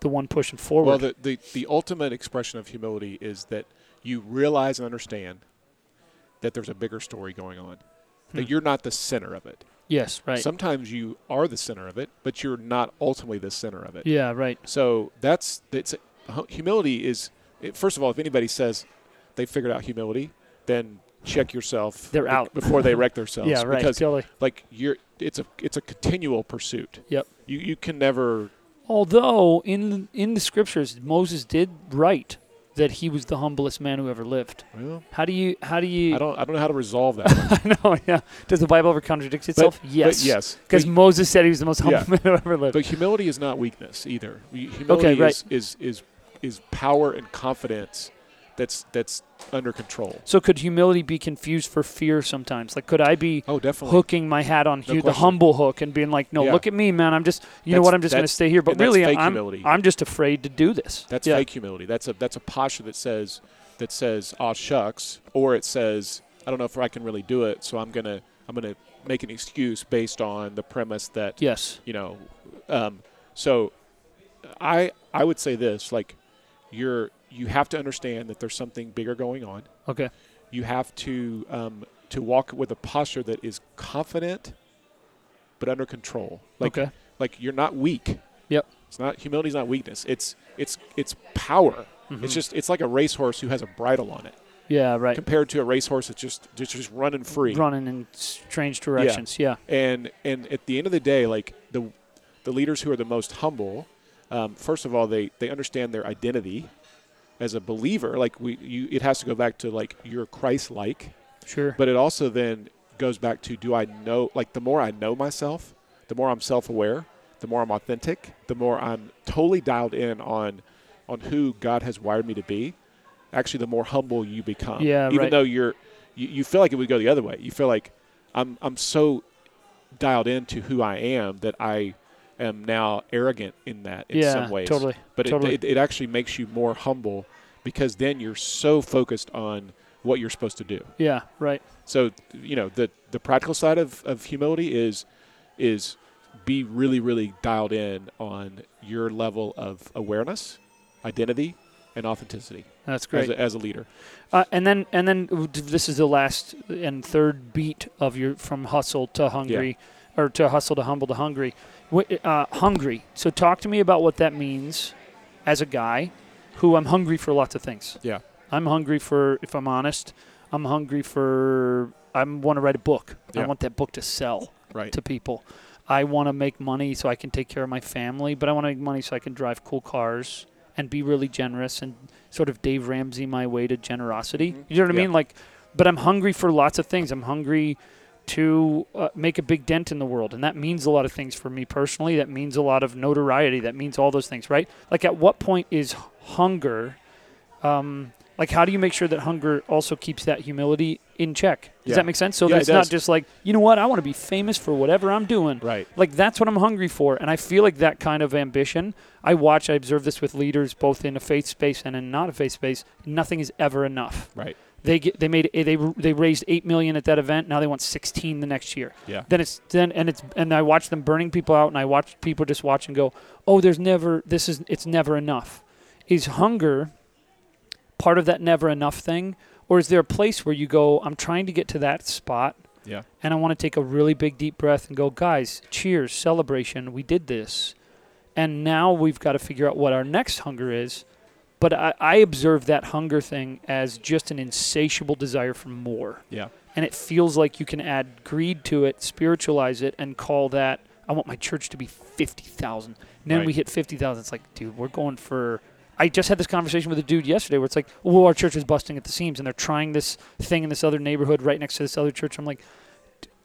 [SPEAKER 1] the one pushing forward.
[SPEAKER 3] Well, the, the, the ultimate expression of humility is that you realize and understand that there's a bigger story going on, that you're not the center of it.
[SPEAKER 1] yes, Hmm. right.
[SPEAKER 3] Sometimes you are the center of it, but you're not ultimately the center of it.
[SPEAKER 1] yeah, right.
[SPEAKER 3] So that's that's humility is it- first of all, if anybody says they figured out humility, then check yourself.
[SPEAKER 1] They're
[SPEAKER 3] be-
[SPEAKER 1] out.
[SPEAKER 3] before they wreck themselves.
[SPEAKER 1] Yeah, right,
[SPEAKER 3] Because
[SPEAKER 1] totally.
[SPEAKER 3] like you're, it's a it's a continual pursuit.
[SPEAKER 1] Yep.
[SPEAKER 3] You you can never
[SPEAKER 1] Although in in the scriptures Moses did write that he was the humblest man who ever lived.
[SPEAKER 3] well.
[SPEAKER 1] How do you how do you
[SPEAKER 3] I don't I don't know how to resolve that. one.
[SPEAKER 1] I know, yeah. Does the Bible ever contradict itself?
[SPEAKER 3] but
[SPEAKER 1] yes.
[SPEAKER 3] yes.
[SPEAKER 1] Because
[SPEAKER 3] But-
[SPEAKER 1] Moses said he was the most humble
[SPEAKER 3] Yeah.
[SPEAKER 1] man who ever lived.
[SPEAKER 3] But humility is not weakness either. Hu- Humility
[SPEAKER 1] right.
[SPEAKER 3] is, is is is power and confidence that's that's under control.
[SPEAKER 1] so could humility be confused for fear sometimes? Like could I be
[SPEAKER 3] Oh, definitely.
[SPEAKER 1] hooking my hat on
[SPEAKER 3] No
[SPEAKER 1] you, the
[SPEAKER 3] question.
[SPEAKER 1] humble hook, and being like, "No,
[SPEAKER 3] Yeah.
[SPEAKER 1] look at me, man. I'm just, you know
[SPEAKER 3] That's-
[SPEAKER 1] what? I'm just going to
[SPEAKER 3] that's-
[SPEAKER 1] stay here." But
[SPEAKER 3] and that's
[SPEAKER 1] really,
[SPEAKER 3] fake
[SPEAKER 1] I'm,
[SPEAKER 3] humility.
[SPEAKER 1] I'm just afraid to do this.
[SPEAKER 3] That's
[SPEAKER 1] yeah.
[SPEAKER 3] fake humility. That's a that's a posture that says that says oh shucks, or it says I don't know if I can really do it, so I'm gonna I'm gonna make an excuse based on the premise that
[SPEAKER 1] Yes.
[SPEAKER 3] you know. Um, so I I would say this like you're you have to understand that there's something bigger going on.
[SPEAKER 1] Okay.
[SPEAKER 3] You have to um, to walk with a posture that is confident, but under control. Like
[SPEAKER 1] Okay.
[SPEAKER 3] like you're not weak.
[SPEAKER 1] Yep.
[SPEAKER 3] It's not humility's not weakness. It's it's it's power. It's just it's like a racehorse who has a bridle on it
[SPEAKER 1] Yeah. Right.
[SPEAKER 3] compared to a racehorse that's just just, just running free.
[SPEAKER 1] Running in strange directions. Yeah.
[SPEAKER 3] And and at the end of the day, like the the leaders who are the most humble, um, first of all, they they understand their identity as a believer. Like we you, it has to go back to like you're Christ like.
[SPEAKER 1] Sure.
[SPEAKER 3] But it also then goes back to do I know, like the more I know myself, the more I'm self aware, the more I'm authentic, the more I'm totally dialed in on, on who God has wired me to be. Actually, the more humble you become.
[SPEAKER 1] Yeah,
[SPEAKER 3] Even
[SPEAKER 1] right.
[SPEAKER 3] though you're, you, you feel like it would go the other way. You feel like I'm, I'm so dialed into who I am that I am now arrogant in that in
[SPEAKER 1] Yeah,
[SPEAKER 3] some ways.
[SPEAKER 1] totally,
[SPEAKER 3] But
[SPEAKER 1] totally.
[SPEAKER 3] It, it, it actually makes you more humble because then you're so focused on what you're supposed to do.
[SPEAKER 1] Yeah. Right.
[SPEAKER 3] So you know the the practical side of, of humility is is be really really dialed in on your level of awareness, identity, and authenticity
[SPEAKER 1] That's
[SPEAKER 3] as
[SPEAKER 1] great.
[SPEAKER 3] a, as a leader.
[SPEAKER 1] Uh, and then and then this is the last and third beat of your from hustle to hungry, or to hustle to humble to hungry, Wh- uh, hungry. So talk to me about what that means, as a guy, who I'm hungry for lots of things.
[SPEAKER 3] Yeah.
[SPEAKER 1] I'm hungry for if I'm honest, I'm hungry for I want to write a book. I
[SPEAKER 3] Yeah.
[SPEAKER 1] want that book to sell
[SPEAKER 3] Right.
[SPEAKER 1] to people. I want to make money so I can take care of my family, but I want to make money so I can drive cool cars and be really generous and sort of Dave Ramsey my way to generosity. You know what I
[SPEAKER 3] Mm-hmm. Yeah.
[SPEAKER 1] mean? Like, but I'm hungry for lots of things. I'm hungry to uh, make a big dent in the world, and that means a lot of things for me personally. That means a lot of notoriety. That means all those things, right? Like, at what point is hunger? Um, like, how do you make sure that hunger also keeps that humility in check? Does
[SPEAKER 3] Yeah.
[SPEAKER 1] that make sense? So
[SPEAKER 3] Yeah,
[SPEAKER 1] that
[SPEAKER 3] it
[SPEAKER 1] it's not
[SPEAKER 3] does.
[SPEAKER 1] just like, you know what, I want to be famous for whatever I'm doing.
[SPEAKER 3] Right.
[SPEAKER 1] Like that's what I'm hungry for, and I feel like that kind of ambition. I watch, I observe this with leaders, both in a faith space and in not a faith space. Nothing is ever enough.
[SPEAKER 3] Right.
[SPEAKER 1] They get, they made eh, they they raised eight million at that event. Now they want sixteen the next year.
[SPEAKER 3] Yeah.
[SPEAKER 1] Then it's then and it's and I watch them burning people out, and I watch people just watch and go, oh, there's never this is it's never enough. Is hunger part of that never enough thing, or is there a place where you go, I'm trying to get to that spot,
[SPEAKER 3] Yeah.
[SPEAKER 1] and I want to take a really big deep breath and go, guys, cheers, celebration, we did this. And now we've got to figure out what our next hunger is. But I, I observe that hunger thing as just an insatiable desire for more.
[SPEAKER 3] Yeah.
[SPEAKER 1] And it feels like you can add greed to it, spiritualize it, and call that, I want my church to be 50,000. And then
[SPEAKER 3] Right.
[SPEAKER 1] we hit 50,000. It's like, dude, we're going for. I just had this conversation with a dude yesterday where it's like, well, our church is busting at the seams and they're trying this thing in this other neighborhood right next to this other church. I'm like,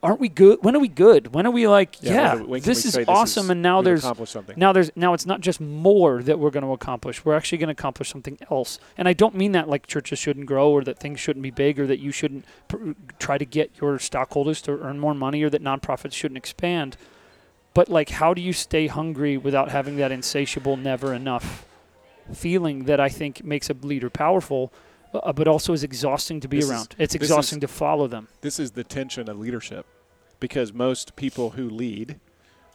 [SPEAKER 1] aren't we good? When are we good? When are we like, yeah,
[SPEAKER 3] Yeah, when do- when can
[SPEAKER 1] this
[SPEAKER 3] we
[SPEAKER 1] is
[SPEAKER 3] say this
[SPEAKER 1] awesome?
[SPEAKER 3] is-
[SPEAKER 1] and now
[SPEAKER 3] we've
[SPEAKER 1] there's
[SPEAKER 3] accomplished something.
[SPEAKER 1] now there's now it's not just more that we're going to accomplish. We're actually going to accomplish something else. And I don't mean that like churches shouldn't grow or that things shouldn't be big or that you shouldn't pr- try to get your stockholders to earn more money or that nonprofits shouldn't expand. But like how do you stay hungry without having that insatiable never enough feeling that I think makes a leader powerful? Uh, but also is exhausting to be
[SPEAKER 3] This is-
[SPEAKER 1] around. it's
[SPEAKER 3] this is-
[SPEAKER 1] exhausting to follow them.
[SPEAKER 3] this is the tension of leadership because most people who lead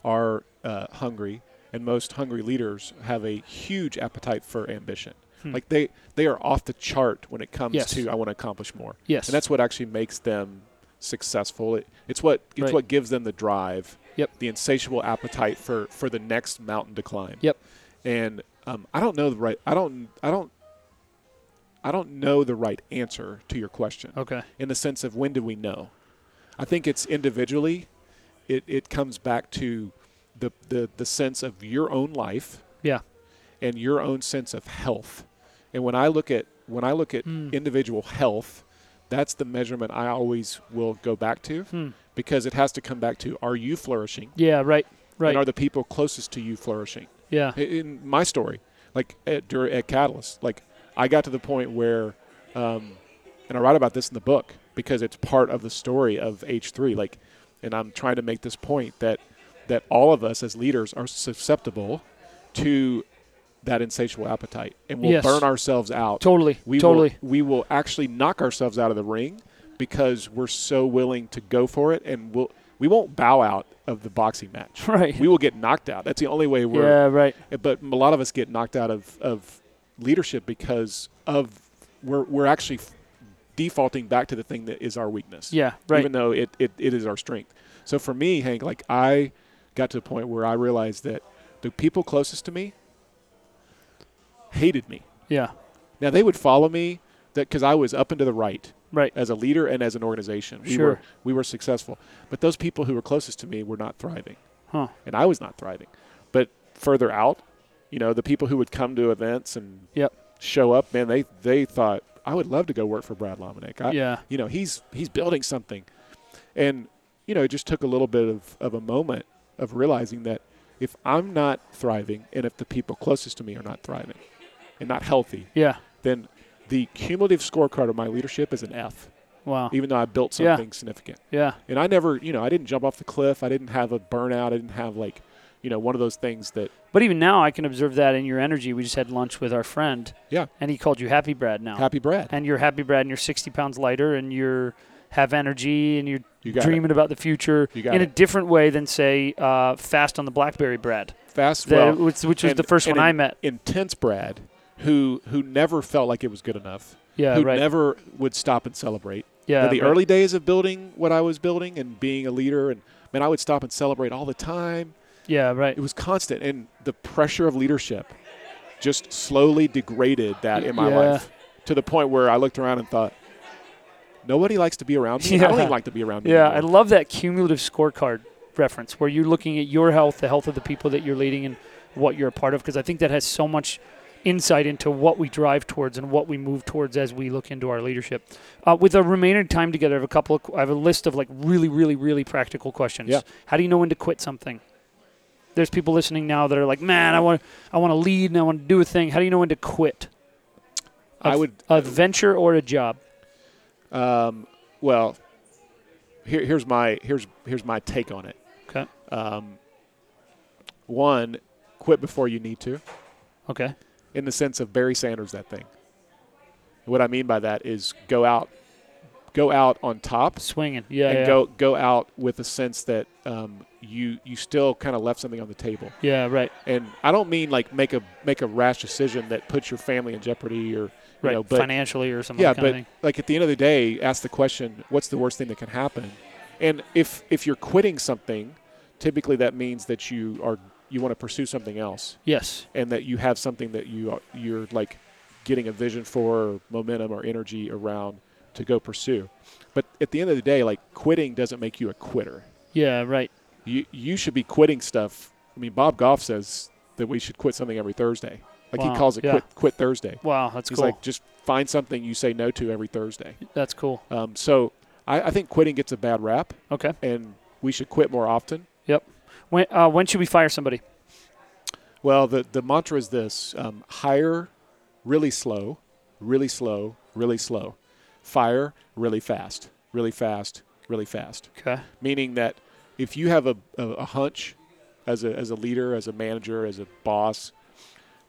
[SPEAKER 3] are uh, hungry and most hungry leaders have a huge appetite for ambition like they they are off the chart when it comes
[SPEAKER 1] Hmm. Yes.
[SPEAKER 3] to i want to accomplish more
[SPEAKER 1] Yes.
[SPEAKER 3] and that's what actually makes them successful it, it's what it's
[SPEAKER 1] Right.
[SPEAKER 3] what gives them the drive
[SPEAKER 1] Yep.
[SPEAKER 3] the insatiable appetite for for the next mountain to climb
[SPEAKER 1] Yep.
[SPEAKER 3] and um, i don't know the right i don't i don't i don't know the right answer to your question
[SPEAKER 1] Okay.
[SPEAKER 3] in the sense of when do we know? I think it's individually. It, it comes back to the, the, the sense of your own life
[SPEAKER 1] Yeah.
[SPEAKER 3] and your own sense of health. And when I look at when I look at individual health, that's the measurement I always will go back to because it has to come back to are you flourishing
[SPEAKER 1] Yeah. Right. Right.
[SPEAKER 3] and are the people closest to you flourishing?
[SPEAKER 1] yeah.
[SPEAKER 3] I- in my story, like at, dur at Catalyst, like I got to the point where, um, and I write about this in the book because it's part of the story of H3. Like, and I'm trying to make this point that that all of us as leaders are susceptible to that insatiable appetite, and we'll
[SPEAKER 1] Yes.
[SPEAKER 3] burn ourselves out.
[SPEAKER 1] Totally.
[SPEAKER 3] We
[SPEAKER 1] totally.
[SPEAKER 3] Will, we will actually knock ourselves out of the ring because we're so willing to go for it, and we'll. We won't bow out of the boxing match.
[SPEAKER 1] Right.
[SPEAKER 3] We will get knocked out. That's the only way we're
[SPEAKER 1] yeah. Right.
[SPEAKER 3] but a lot of us get knocked out of, of leadership because of we're, we're actually f- defaulting back to the thing that is our weakness
[SPEAKER 1] Yeah, right.
[SPEAKER 3] even though it, it, it is our strength so for me hank like i got to the point where i realized that the people closest to me hated me
[SPEAKER 1] yeah,
[SPEAKER 3] now they would follow me because i was up and to the right
[SPEAKER 1] right.
[SPEAKER 3] as a leader and as an organization we,
[SPEAKER 1] Sure.
[SPEAKER 3] were, we were successful but those people who were closest to me were not thriving
[SPEAKER 1] Huh.
[SPEAKER 3] and I was not thriving. But further out, you know, the people who would come to events and
[SPEAKER 1] Yep.
[SPEAKER 3] show up, man, they they thought I would love to go work for Brad Lominick. I,
[SPEAKER 1] Yeah.
[SPEAKER 3] you know, he's he's building something, and you know, it just took a little bit of of a moment of realizing that if I'm not thriving, and if the people closest to me are not thriving, and not healthy,
[SPEAKER 1] Yeah.
[SPEAKER 3] then the cumulative scorecard of my leadership is an F,
[SPEAKER 1] Wow.
[SPEAKER 3] even though I built
[SPEAKER 1] Yeah.
[SPEAKER 3] something significant.
[SPEAKER 1] Yeah.
[SPEAKER 3] And I never, you know, I didn't jump off the cliff. I didn't have a burnout. I didn't have like you know, one of those things that
[SPEAKER 1] But even now, I can observe that in your energy. We just had lunch with our friend,
[SPEAKER 3] yeah,
[SPEAKER 1] and he called you Happy Brad now.
[SPEAKER 3] happy Brad.
[SPEAKER 1] And you're Happy Brad, and you're 60 pounds lighter, and you're have energy, and you're
[SPEAKER 3] You got
[SPEAKER 1] dreaming about the future
[SPEAKER 3] You got
[SPEAKER 1] in a
[SPEAKER 3] it.
[SPEAKER 1] different way than say uh, fast on the BlackBerry Brad,
[SPEAKER 3] it. fast
[SPEAKER 1] that,
[SPEAKER 3] well,
[SPEAKER 1] which, which was
[SPEAKER 3] and-
[SPEAKER 1] the first
[SPEAKER 3] and
[SPEAKER 1] one I
[SPEAKER 3] in-
[SPEAKER 1] met.
[SPEAKER 3] Intense Brad, who who never felt like it was good enough.
[SPEAKER 1] Yeah,
[SPEAKER 3] who
[SPEAKER 1] right.
[SPEAKER 3] never would stop and celebrate.
[SPEAKER 1] yeah,
[SPEAKER 3] the
[SPEAKER 1] right.
[SPEAKER 3] early days of building what I was building and being a leader, and man, I would stop and celebrate all the time.
[SPEAKER 1] Yeah, right.
[SPEAKER 3] It was constant, and the pressure of leadership just slowly degraded that in my
[SPEAKER 1] Yeah.
[SPEAKER 3] life to the point where I looked around and thought, nobody likes to be around me. I don't
[SPEAKER 1] Yeah.
[SPEAKER 3] even like to be around me.
[SPEAKER 1] Yeah, I
[SPEAKER 3] anymore."
[SPEAKER 1] love that cumulative scorecard reference where you're looking at your health, the health of the people that you're leading, and what you're a part of, because I think that has so much insight into what we drive towards and what we move towards as we look into our leadership. Uh, with the remaining time together, I have a couple of, I have a list of like really, really, really practical questions.
[SPEAKER 3] Yeah.
[SPEAKER 1] How do you know when to quit something? There's people listening now that are like, man, I want, I want to lead and I want to do a thing. How do you know when to quit?
[SPEAKER 3] I
[SPEAKER 1] A-
[SPEAKER 3] would
[SPEAKER 1] a venture or a job.
[SPEAKER 3] Um, well, here, here's my here's here's my take on it.
[SPEAKER 1] Okay.
[SPEAKER 3] Um, one, quit before you need to,
[SPEAKER 1] Okay.
[SPEAKER 3] in the sense of Barry Sanders that thing. What I mean by that is go out, go out on top,
[SPEAKER 1] Swinging. Yeah.
[SPEAKER 3] and
[SPEAKER 1] yeah.
[SPEAKER 3] go go out with a sense that um, you you still kind of left something on the table.
[SPEAKER 1] Yeah. Right.
[SPEAKER 3] And I don't mean like make a make a rash decision that puts your family in jeopardy or you
[SPEAKER 1] Right.
[SPEAKER 3] know, but
[SPEAKER 1] Financially or something.
[SPEAKER 3] yeah,
[SPEAKER 1] kind of
[SPEAKER 3] but
[SPEAKER 1] thing.
[SPEAKER 3] like at the end of the day, ask the question: What's the worst thing that can happen? And if if you're quitting something, typically that means that you are you want to pursue something else,
[SPEAKER 1] Yes.
[SPEAKER 3] and that you have something that you are, you're like getting a vision for, or momentum, or energy around to go pursue. But at the end of the day, like quitting doesn't make you a quitter.
[SPEAKER 1] Yeah, right.
[SPEAKER 3] You you should be quitting stuff. I mean, Bob Goff says that we should quit something every Thursday. Like
[SPEAKER 1] Wow,
[SPEAKER 3] he calls it
[SPEAKER 1] yeah.
[SPEAKER 3] quit, quit Thursday.
[SPEAKER 1] Wow, that's
[SPEAKER 3] He's
[SPEAKER 1] cool.
[SPEAKER 3] like just find something you say no to every Thursday.
[SPEAKER 1] that's cool.
[SPEAKER 3] Um, so I, I think quitting gets a bad rap,
[SPEAKER 1] Okay.
[SPEAKER 3] and we should quit more often.
[SPEAKER 1] Yep. When uh, when should we fire somebody?
[SPEAKER 3] Well, the, the mantra is this um, hire really slow, really slow, really slow. Fire really fast, really fast, really fast.
[SPEAKER 1] Okay.
[SPEAKER 3] Meaning that if you have a, a, a hunch as a, as a leader, as a manager, as a boss,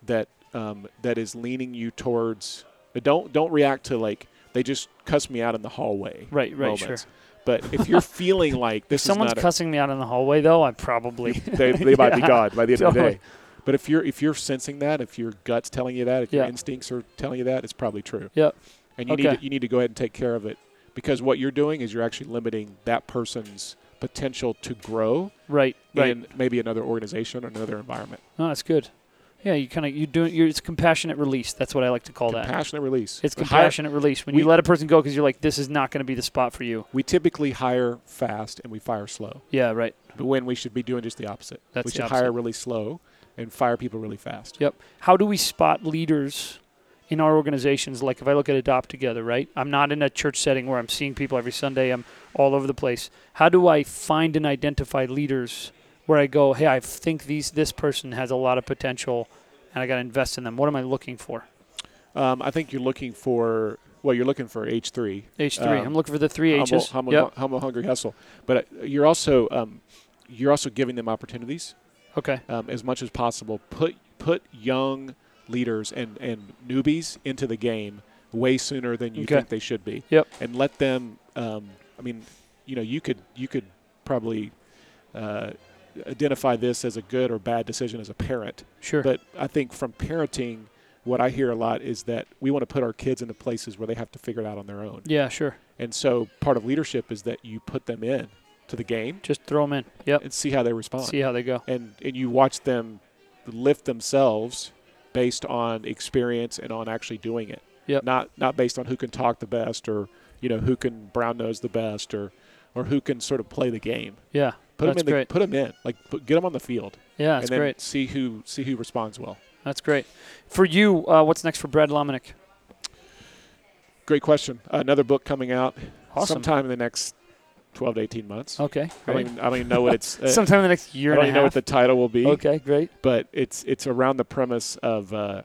[SPEAKER 3] that um, that is leaning you towards don't don't react to like they just cuss me out in the hallway
[SPEAKER 1] Right, right, sure.
[SPEAKER 3] moments. but if you're feeling like this is
[SPEAKER 1] Someone's
[SPEAKER 3] not a-
[SPEAKER 1] cussing me out in the hallway though, I'm probably
[SPEAKER 3] they, they might be
[SPEAKER 1] Yeah,
[SPEAKER 3] God by the end of the
[SPEAKER 1] totally.
[SPEAKER 3] day. But if you're if you're sensing that, if your gut's telling you that, if
[SPEAKER 1] Yeah.
[SPEAKER 3] your instincts are telling you that, it's probably true.
[SPEAKER 1] Yep.
[SPEAKER 3] And you
[SPEAKER 1] Okay.
[SPEAKER 3] need to, you need to go ahead and take care of it because what you're doing is you're actually limiting that person's potential to grow
[SPEAKER 1] Right, right.
[SPEAKER 3] in maybe another organization or another environment.
[SPEAKER 1] No, that's good. Yeah, you kind of you doing you're, it's compassionate release. That's what I like to call that.
[SPEAKER 3] Compassionate release.
[SPEAKER 1] It's
[SPEAKER 3] We hire-
[SPEAKER 1] compassionate release when
[SPEAKER 3] we-
[SPEAKER 1] you let a person go because you're like, this is not going to be the spot for you.
[SPEAKER 3] we typically hire fast and we fire slow.
[SPEAKER 1] Yeah, right.
[SPEAKER 3] But when we should be doing just the opposite.
[SPEAKER 1] That's
[SPEAKER 3] we
[SPEAKER 1] the
[SPEAKER 3] should
[SPEAKER 1] opposite.
[SPEAKER 3] hire really slow and fire people really fast.
[SPEAKER 1] Yep. How do we spot leaders in our organizations? Like if I look at Adopt Together, right? I'm not in a church setting where I'm seeing people every Sunday. I'm all over the place. How do I find and identify leaders where I go, hey, I think these this person has a lot of potential, and I got to invest in them. What am I looking for?
[SPEAKER 3] Um, I think you're looking for well, you're looking for H three.
[SPEAKER 1] H three.
[SPEAKER 3] Um,
[SPEAKER 1] I'm looking for the three
[SPEAKER 3] humble,
[SPEAKER 1] H's.
[SPEAKER 3] Humble,
[SPEAKER 1] yep.
[SPEAKER 3] humble, hungry, hustle. But uh, you're also um, you're also giving them opportunities
[SPEAKER 1] Okay.
[SPEAKER 3] um, as much as possible. Put put young leaders and and newbies into the game way sooner than you
[SPEAKER 1] Okay.
[SPEAKER 3] think they should be.
[SPEAKER 1] Yep.
[SPEAKER 3] And let them. Um, I mean, you know, you could you could probably. Uh, identify this as a good or bad decision as a parent
[SPEAKER 1] Sure.
[SPEAKER 3] but i think from parenting what i hear a lot is that we want to put our kids into places where they have to figure it out on their own
[SPEAKER 1] yeah. Sure.
[SPEAKER 3] and so part of leadership is that you put them in to the game
[SPEAKER 1] Just throw them in. Yep.
[SPEAKER 3] and see how they respond.
[SPEAKER 1] See how they go.
[SPEAKER 3] and and you watch them lift themselves based on experience and on actually doing it.
[SPEAKER 1] Yep.
[SPEAKER 3] Not not based on who can talk the best or you know who can brown nose the best or or who can sort of play the game.
[SPEAKER 1] Yeah.
[SPEAKER 3] Put
[SPEAKER 1] that's
[SPEAKER 3] them in.
[SPEAKER 1] great.
[SPEAKER 3] The, put them in. Like put, get them on the field.
[SPEAKER 1] yeah. That's
[SPEAKER 3] and then
[SPEAKER 1] great.
[SPEAKER 3] See who see who responds well.
[SPEAKER 1] That's great. For you, uh, what's next for Brad Lominick?
[SPEAKER 3] Great question. Another book coming out
[SPEAKER 1] Awesome.
[SPEAKER 3] sometime in the next twelve to eighteen months.
[SPEAKER 1] Okay.
[SPEAKER 3] I don't
[SPEAKER 1] Great.
[SPEAKER 3] even, I don't even know what it's. uh,
[SPEAKER 1] Sometime in the next year
[SPEAKER 3] I don't
[SPEAKER 1] and
[SPEAKER 3] even
[SPEAKER 1] a
[SPEAKER 3] know
[SPEAKER 1] half.
[SPEAKER 3] what the title will be.
[SPEAKER 1] okay, great.
[SPEAKER 3] but it's it's around the premise of uh,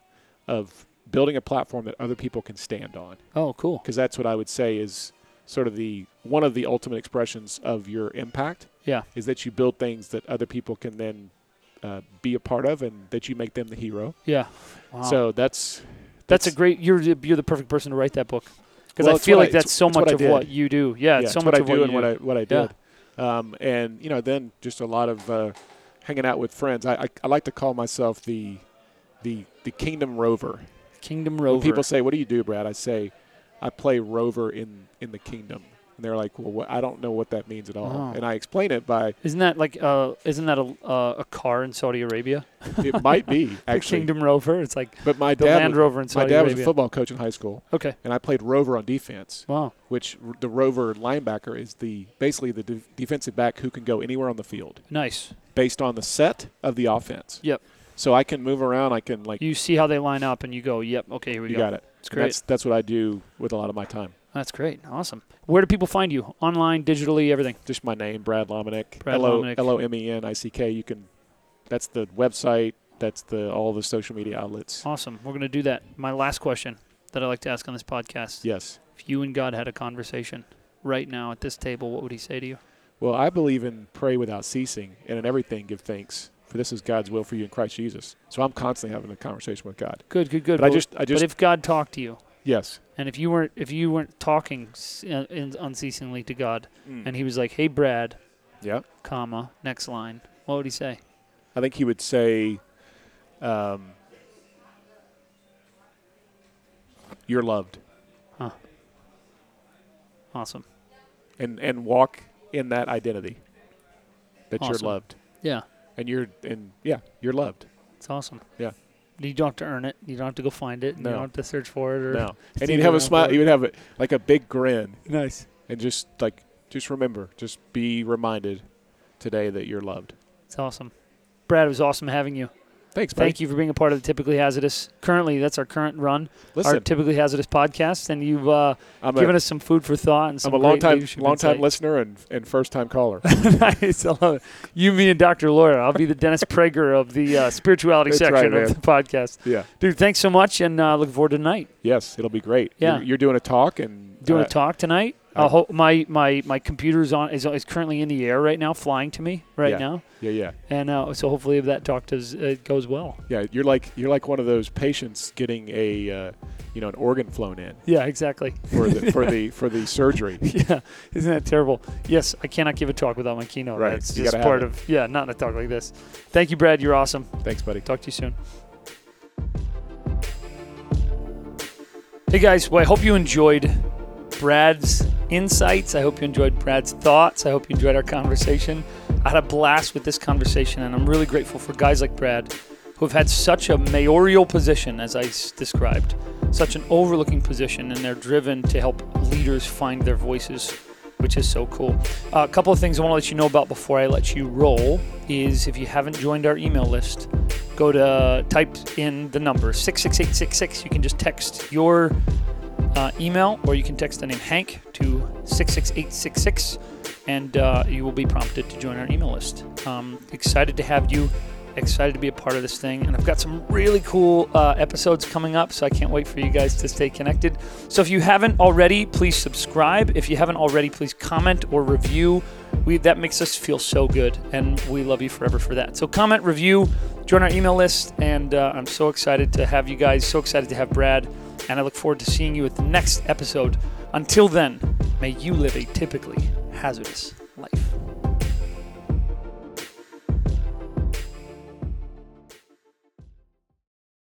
[SPEAKER 3] of building a platform that other people can stand on
[SPEAKER 1] Oh, cool.
[SPEAKER 3] because that's what I would say is sort of the one of the ultimate expressions of your impact
[SPEAKER 1] Yeah.
[SPEAKER 3] is that you build things that other people can then uh, be a part of, and that you make them the hero.
[SPEAKER 1] Yeah. Wow.
[SPEAKER 3] So that's
[SPEAKER 1] that's, a great. You're you're the perfect person to write that book because
[SPEAKER 3] Well,
[SPEAKER 1] I
[SPEAKER 3] it's
[SPEAKER 1] feel
[SPEAKER 3] what I-
[SPEAKER 1] like that's
[SPEAKER 3] it's-
[SPEAKER 1] so
[SPEAKER 3] it's what
[SPEAKER 1] much
[SPEAKER 3] I
[SPEAKER 1] of
[SPEAKER 3] did.
[SPEAKER 1] what you do. Yeah, it's so
[SPEAKER 3] yeah, it's
[SPEAKER 1] much
[SPEAKER 3] what I
[SPEAKER 1] of what
[SPEAKER 3] do
[SPEAKER 1] you
[SPEAKER 3] and
[SPEAKER 1] do.
[SPEAKER 3] what I what I
[SPEAKER 1] Yeah.
[SPEAKER 3] did. Um, and you know, then just a lot of uh, hanging out with friends. I, I I like to call myself the the the Kingdom Rover.
[SPEAKER 1] Kingdom
[SPEAKER 3] When
[SPEAKER 1] Rover.
[SPEAKER 3] people say, "What do you do, Brad?" I say, "I play Rover in in the Kingdom," and they're like, "Well, what, I don't know what that means at all."
[SPEAKER 1] Oh.
[SPEAKER 3] And I explain it by
[SPEAKER 1] isn't that like uh, isn't that a uh, a car in Saudi Arabia?
[SPEAKER 3] it might be
[SPEAKER 1] The
[SPEAKER 3] actually,
[SPEAKER 1] Kingdom Rover. It's like
[SPEAKER 3] but my
[SPEAKER 1] the
[SPEAKER 3] dad
[SPEAKER 1] Land
[SPEAKER 3] was,
[SPEAKER 1] Rover in
[SPEAKER 3] my
[SPEAKER 1] Saudi
[SPEAKER 3] dad was
[SPEAKER 1] Arabia.
[SPEAKER 3] a football coach in high school,
[SPEAKER 1] okay.
[SPEAKER 3] and I played Rover on defense.
[SPEAKER 1] Wow.
[SPEAKER 3] which r- the rover linebacker is the basically the de- defensive back who can go anywhere on the field
[SPEAKER 1] Nice.
[SPEAKER 3] based on the set of the offense.
[SPEAKER 1] Yep.
[SPEAKER 3] So I can move around. I can like
[SPEAKER 1] You see how they line up and you go, yep, okay, here we
[SPEAKER 3] you
[SPEAKER 1] go.
[SPEAKER 3] got it.
[SPEAKER 1] It's
[SPEAKER 3] And
[SPEAKER 1] great.
[SPEAKER 3] That's that's what I do with a lot of my time.
[SPEAKER 1] That's great. Awesome. Where do people find you? Online, digitally, everything.
[SPEAKER 3] Just my name, Brad Lominick.
[SPEAKER 1] Brad
[SPEAKER 3] L O-
[SPEAKER 1] Lominick.
[SPEAKER 3] L O M E N I C K. You can. That's the website. That's the all the social media outlets.
[SPEAKER 1] Awesome. We're going to do that. My last question that I like to ask on this podcast.
[SPEAKER 3] Yes.
[SPEAKER 1] If you and God had a conversation right now at this table, what would he say to you?
[SPEAKER 3] Well, I believe in pray without ceasing, and in everything give thanks, for this is God's will for you in Christ Jesus. So I'm constantly having a conversation with God.
[SPEAKER 1] Good, good, good.
[SPEAKER 3] But I just, I
[SPEAKER 1] but
[SPEAKER 3] just,
[SPEAKER 1] if God talked to you
[SPEAKER 3] yes.
[SPEAKER 1] and if you weren't if you weren't talking s- uh, in, unceasingly to God
[SPEAKER 3] Hmm.
[SPEAKER 1] and he was like, "Hey Brad,
[SPEAKER 3] yeah.
[SPEAKER 1] comma, next line." What would he say?
[SPEAKER 3] I think he would say, um, "You're loved,"
[SPEAKER 1] Awesome.
[SPEAKER 3] and and walk in that identity that
[SPEAKER 1] Awesome.
[SPEAKER 3] you're loved,
[SPEAKER 1] Yeah.
[SPEAKER 3] and you're and yeah, you're loved.
[SPEAKER 1] It's awesome.
[SPEAKER 3] Yeah.
[SPEAKER 1] You don't have to earn it. You don't have to go find it. and You
[SPEAKER 3] No.
[SPEAKER 1] don't have to search for it or
[SPEAKER 3] No, and
[SPEAKER 1] Steve
[SPEAKER 3] he'd have a
[SPEAKER 1] Irwin
[SPEAKER 3] smile.
[SPEAKER 1] quote.
[SPEAKER 3] He would have a, like a big grin,
[SPEAKER 1] Nice.
[SPEAKER 3] and just like just remember, just be reminded today that you're loved.
[SPEAKER 1] It's awesome. Brad, it was awesome having you.
[SPEAKER 3] Thanks, buddy.
[SPEAKER 1] Thank you for being a part of the Typically Hazardous. Currently, that's our current run, our
[SPEAKER 3] Listen,
[SPEAKER 1] Typically Hazardous podcast, and you've uh,
[SPEAKER 3] I'm
[SPEAKER 1] given
[SPEAKER 3] a,
[SPEAKER 1] us some food for thought and some
[SPEAKER 3] I'm a long
[SPEAKER 1] great
[SPEAKER 3] time
[SPEAKER 1] leadership
[SPEAKER 3] long time
[SPEAKER 1] insight.
[SPEAKER 3] listener and and first time caller.
[SPEAKER 1] nice, I love it. You, me, and Dr. Laura. I'll be the Dennis Prager of the uh, spirituality
[SPEAKER 3] That's
[SPEAKER 1] section
[SPEAKER 3] right,
[SPEAKER 1] of
[SPEAKER 3] man.
[SPEAKER 1] the podcast,
[SPEAKER 3] yeah.
[SPEAKER 1] dude. Thanks so much, and uh, look forward to tonight.
[SPEAKER 3] Yes, it'll be great.
[SPEAKER 1] Yeah.
[SPEAKER 3] You're, you're doing a talk and
[SPEAKER 1] Doing
[SPEAKER 3] uh,
[SPEAKER 1] a talk tonight. I
[SPEAKER 3] I-
[SPEAKER 1] hope my my my computer's on is, is currently in the air right now, flying to me right
[SPEAKER 3] Yeah.
[SPEAKER 1] now,
[SPEAKER 3] Yeah, yeah.
[SPEAKER 1] and uh, so hopefully that talk does uh, it goes well.
[SPEAKER 3] Yeah, you're like you're like one of those patients getting a uh, you know an organ flown in
[SPEAKER 1] Yeah, exactly.
[SPEAKER 3] for the for the for the surgery.
[SPEAKER 1] yeah, isn't that terrible? Yes, I cannot give a talk without my keynote.
[SPEAKER 3] Right,
[SPEAKER 1] That's
[SPEAKER 3] you
[SPEAKER 1] just
[SPEAKER 3] gotta have
[SPEAKER 1] part
[SPEAKER 3] it.
[SPEAKER 1] of yeah, not in a talk like this. Thank you, Brad. You're awesome.
[SPEAKER 3] Thanks, buddy.
[SPEAKER 1] Talk to you soon. Hey guys, well, I hope you enjoyed Brad's insights. I hope you enjoyed Brad's thoughts. I hope you enjoyed our conversation. I had a blast with this conversation, and I'm really grateful for guys like Brad who have had such a mayoral position, as I s- described, such an overlooking position, and they're driven to help leaders find their voices which is so cool. Uh, a couple of things I want to let you know about before I let you roll is if you haven't joined our email list, go to type in the number 66866. You can just text your uh, email or you can text the name Hank to 66866 and uh, you will be prompted to join our email list. Um, excited to have you, excited to be a part of this thing. And I've got some really cool uh, episodes coming up, so I can't wait for you guys to stay connected. So if you haven't already, please subscribe. If you haven't already, please comment or review. We, that makes us feel so good, and we love you forever for that. So comment, review, join our email list, and uh, I'm so excited to have you guys. So excited to have Brad, and I look forward to seeing you at the next episode. Until then, may you live a typically hazardous life.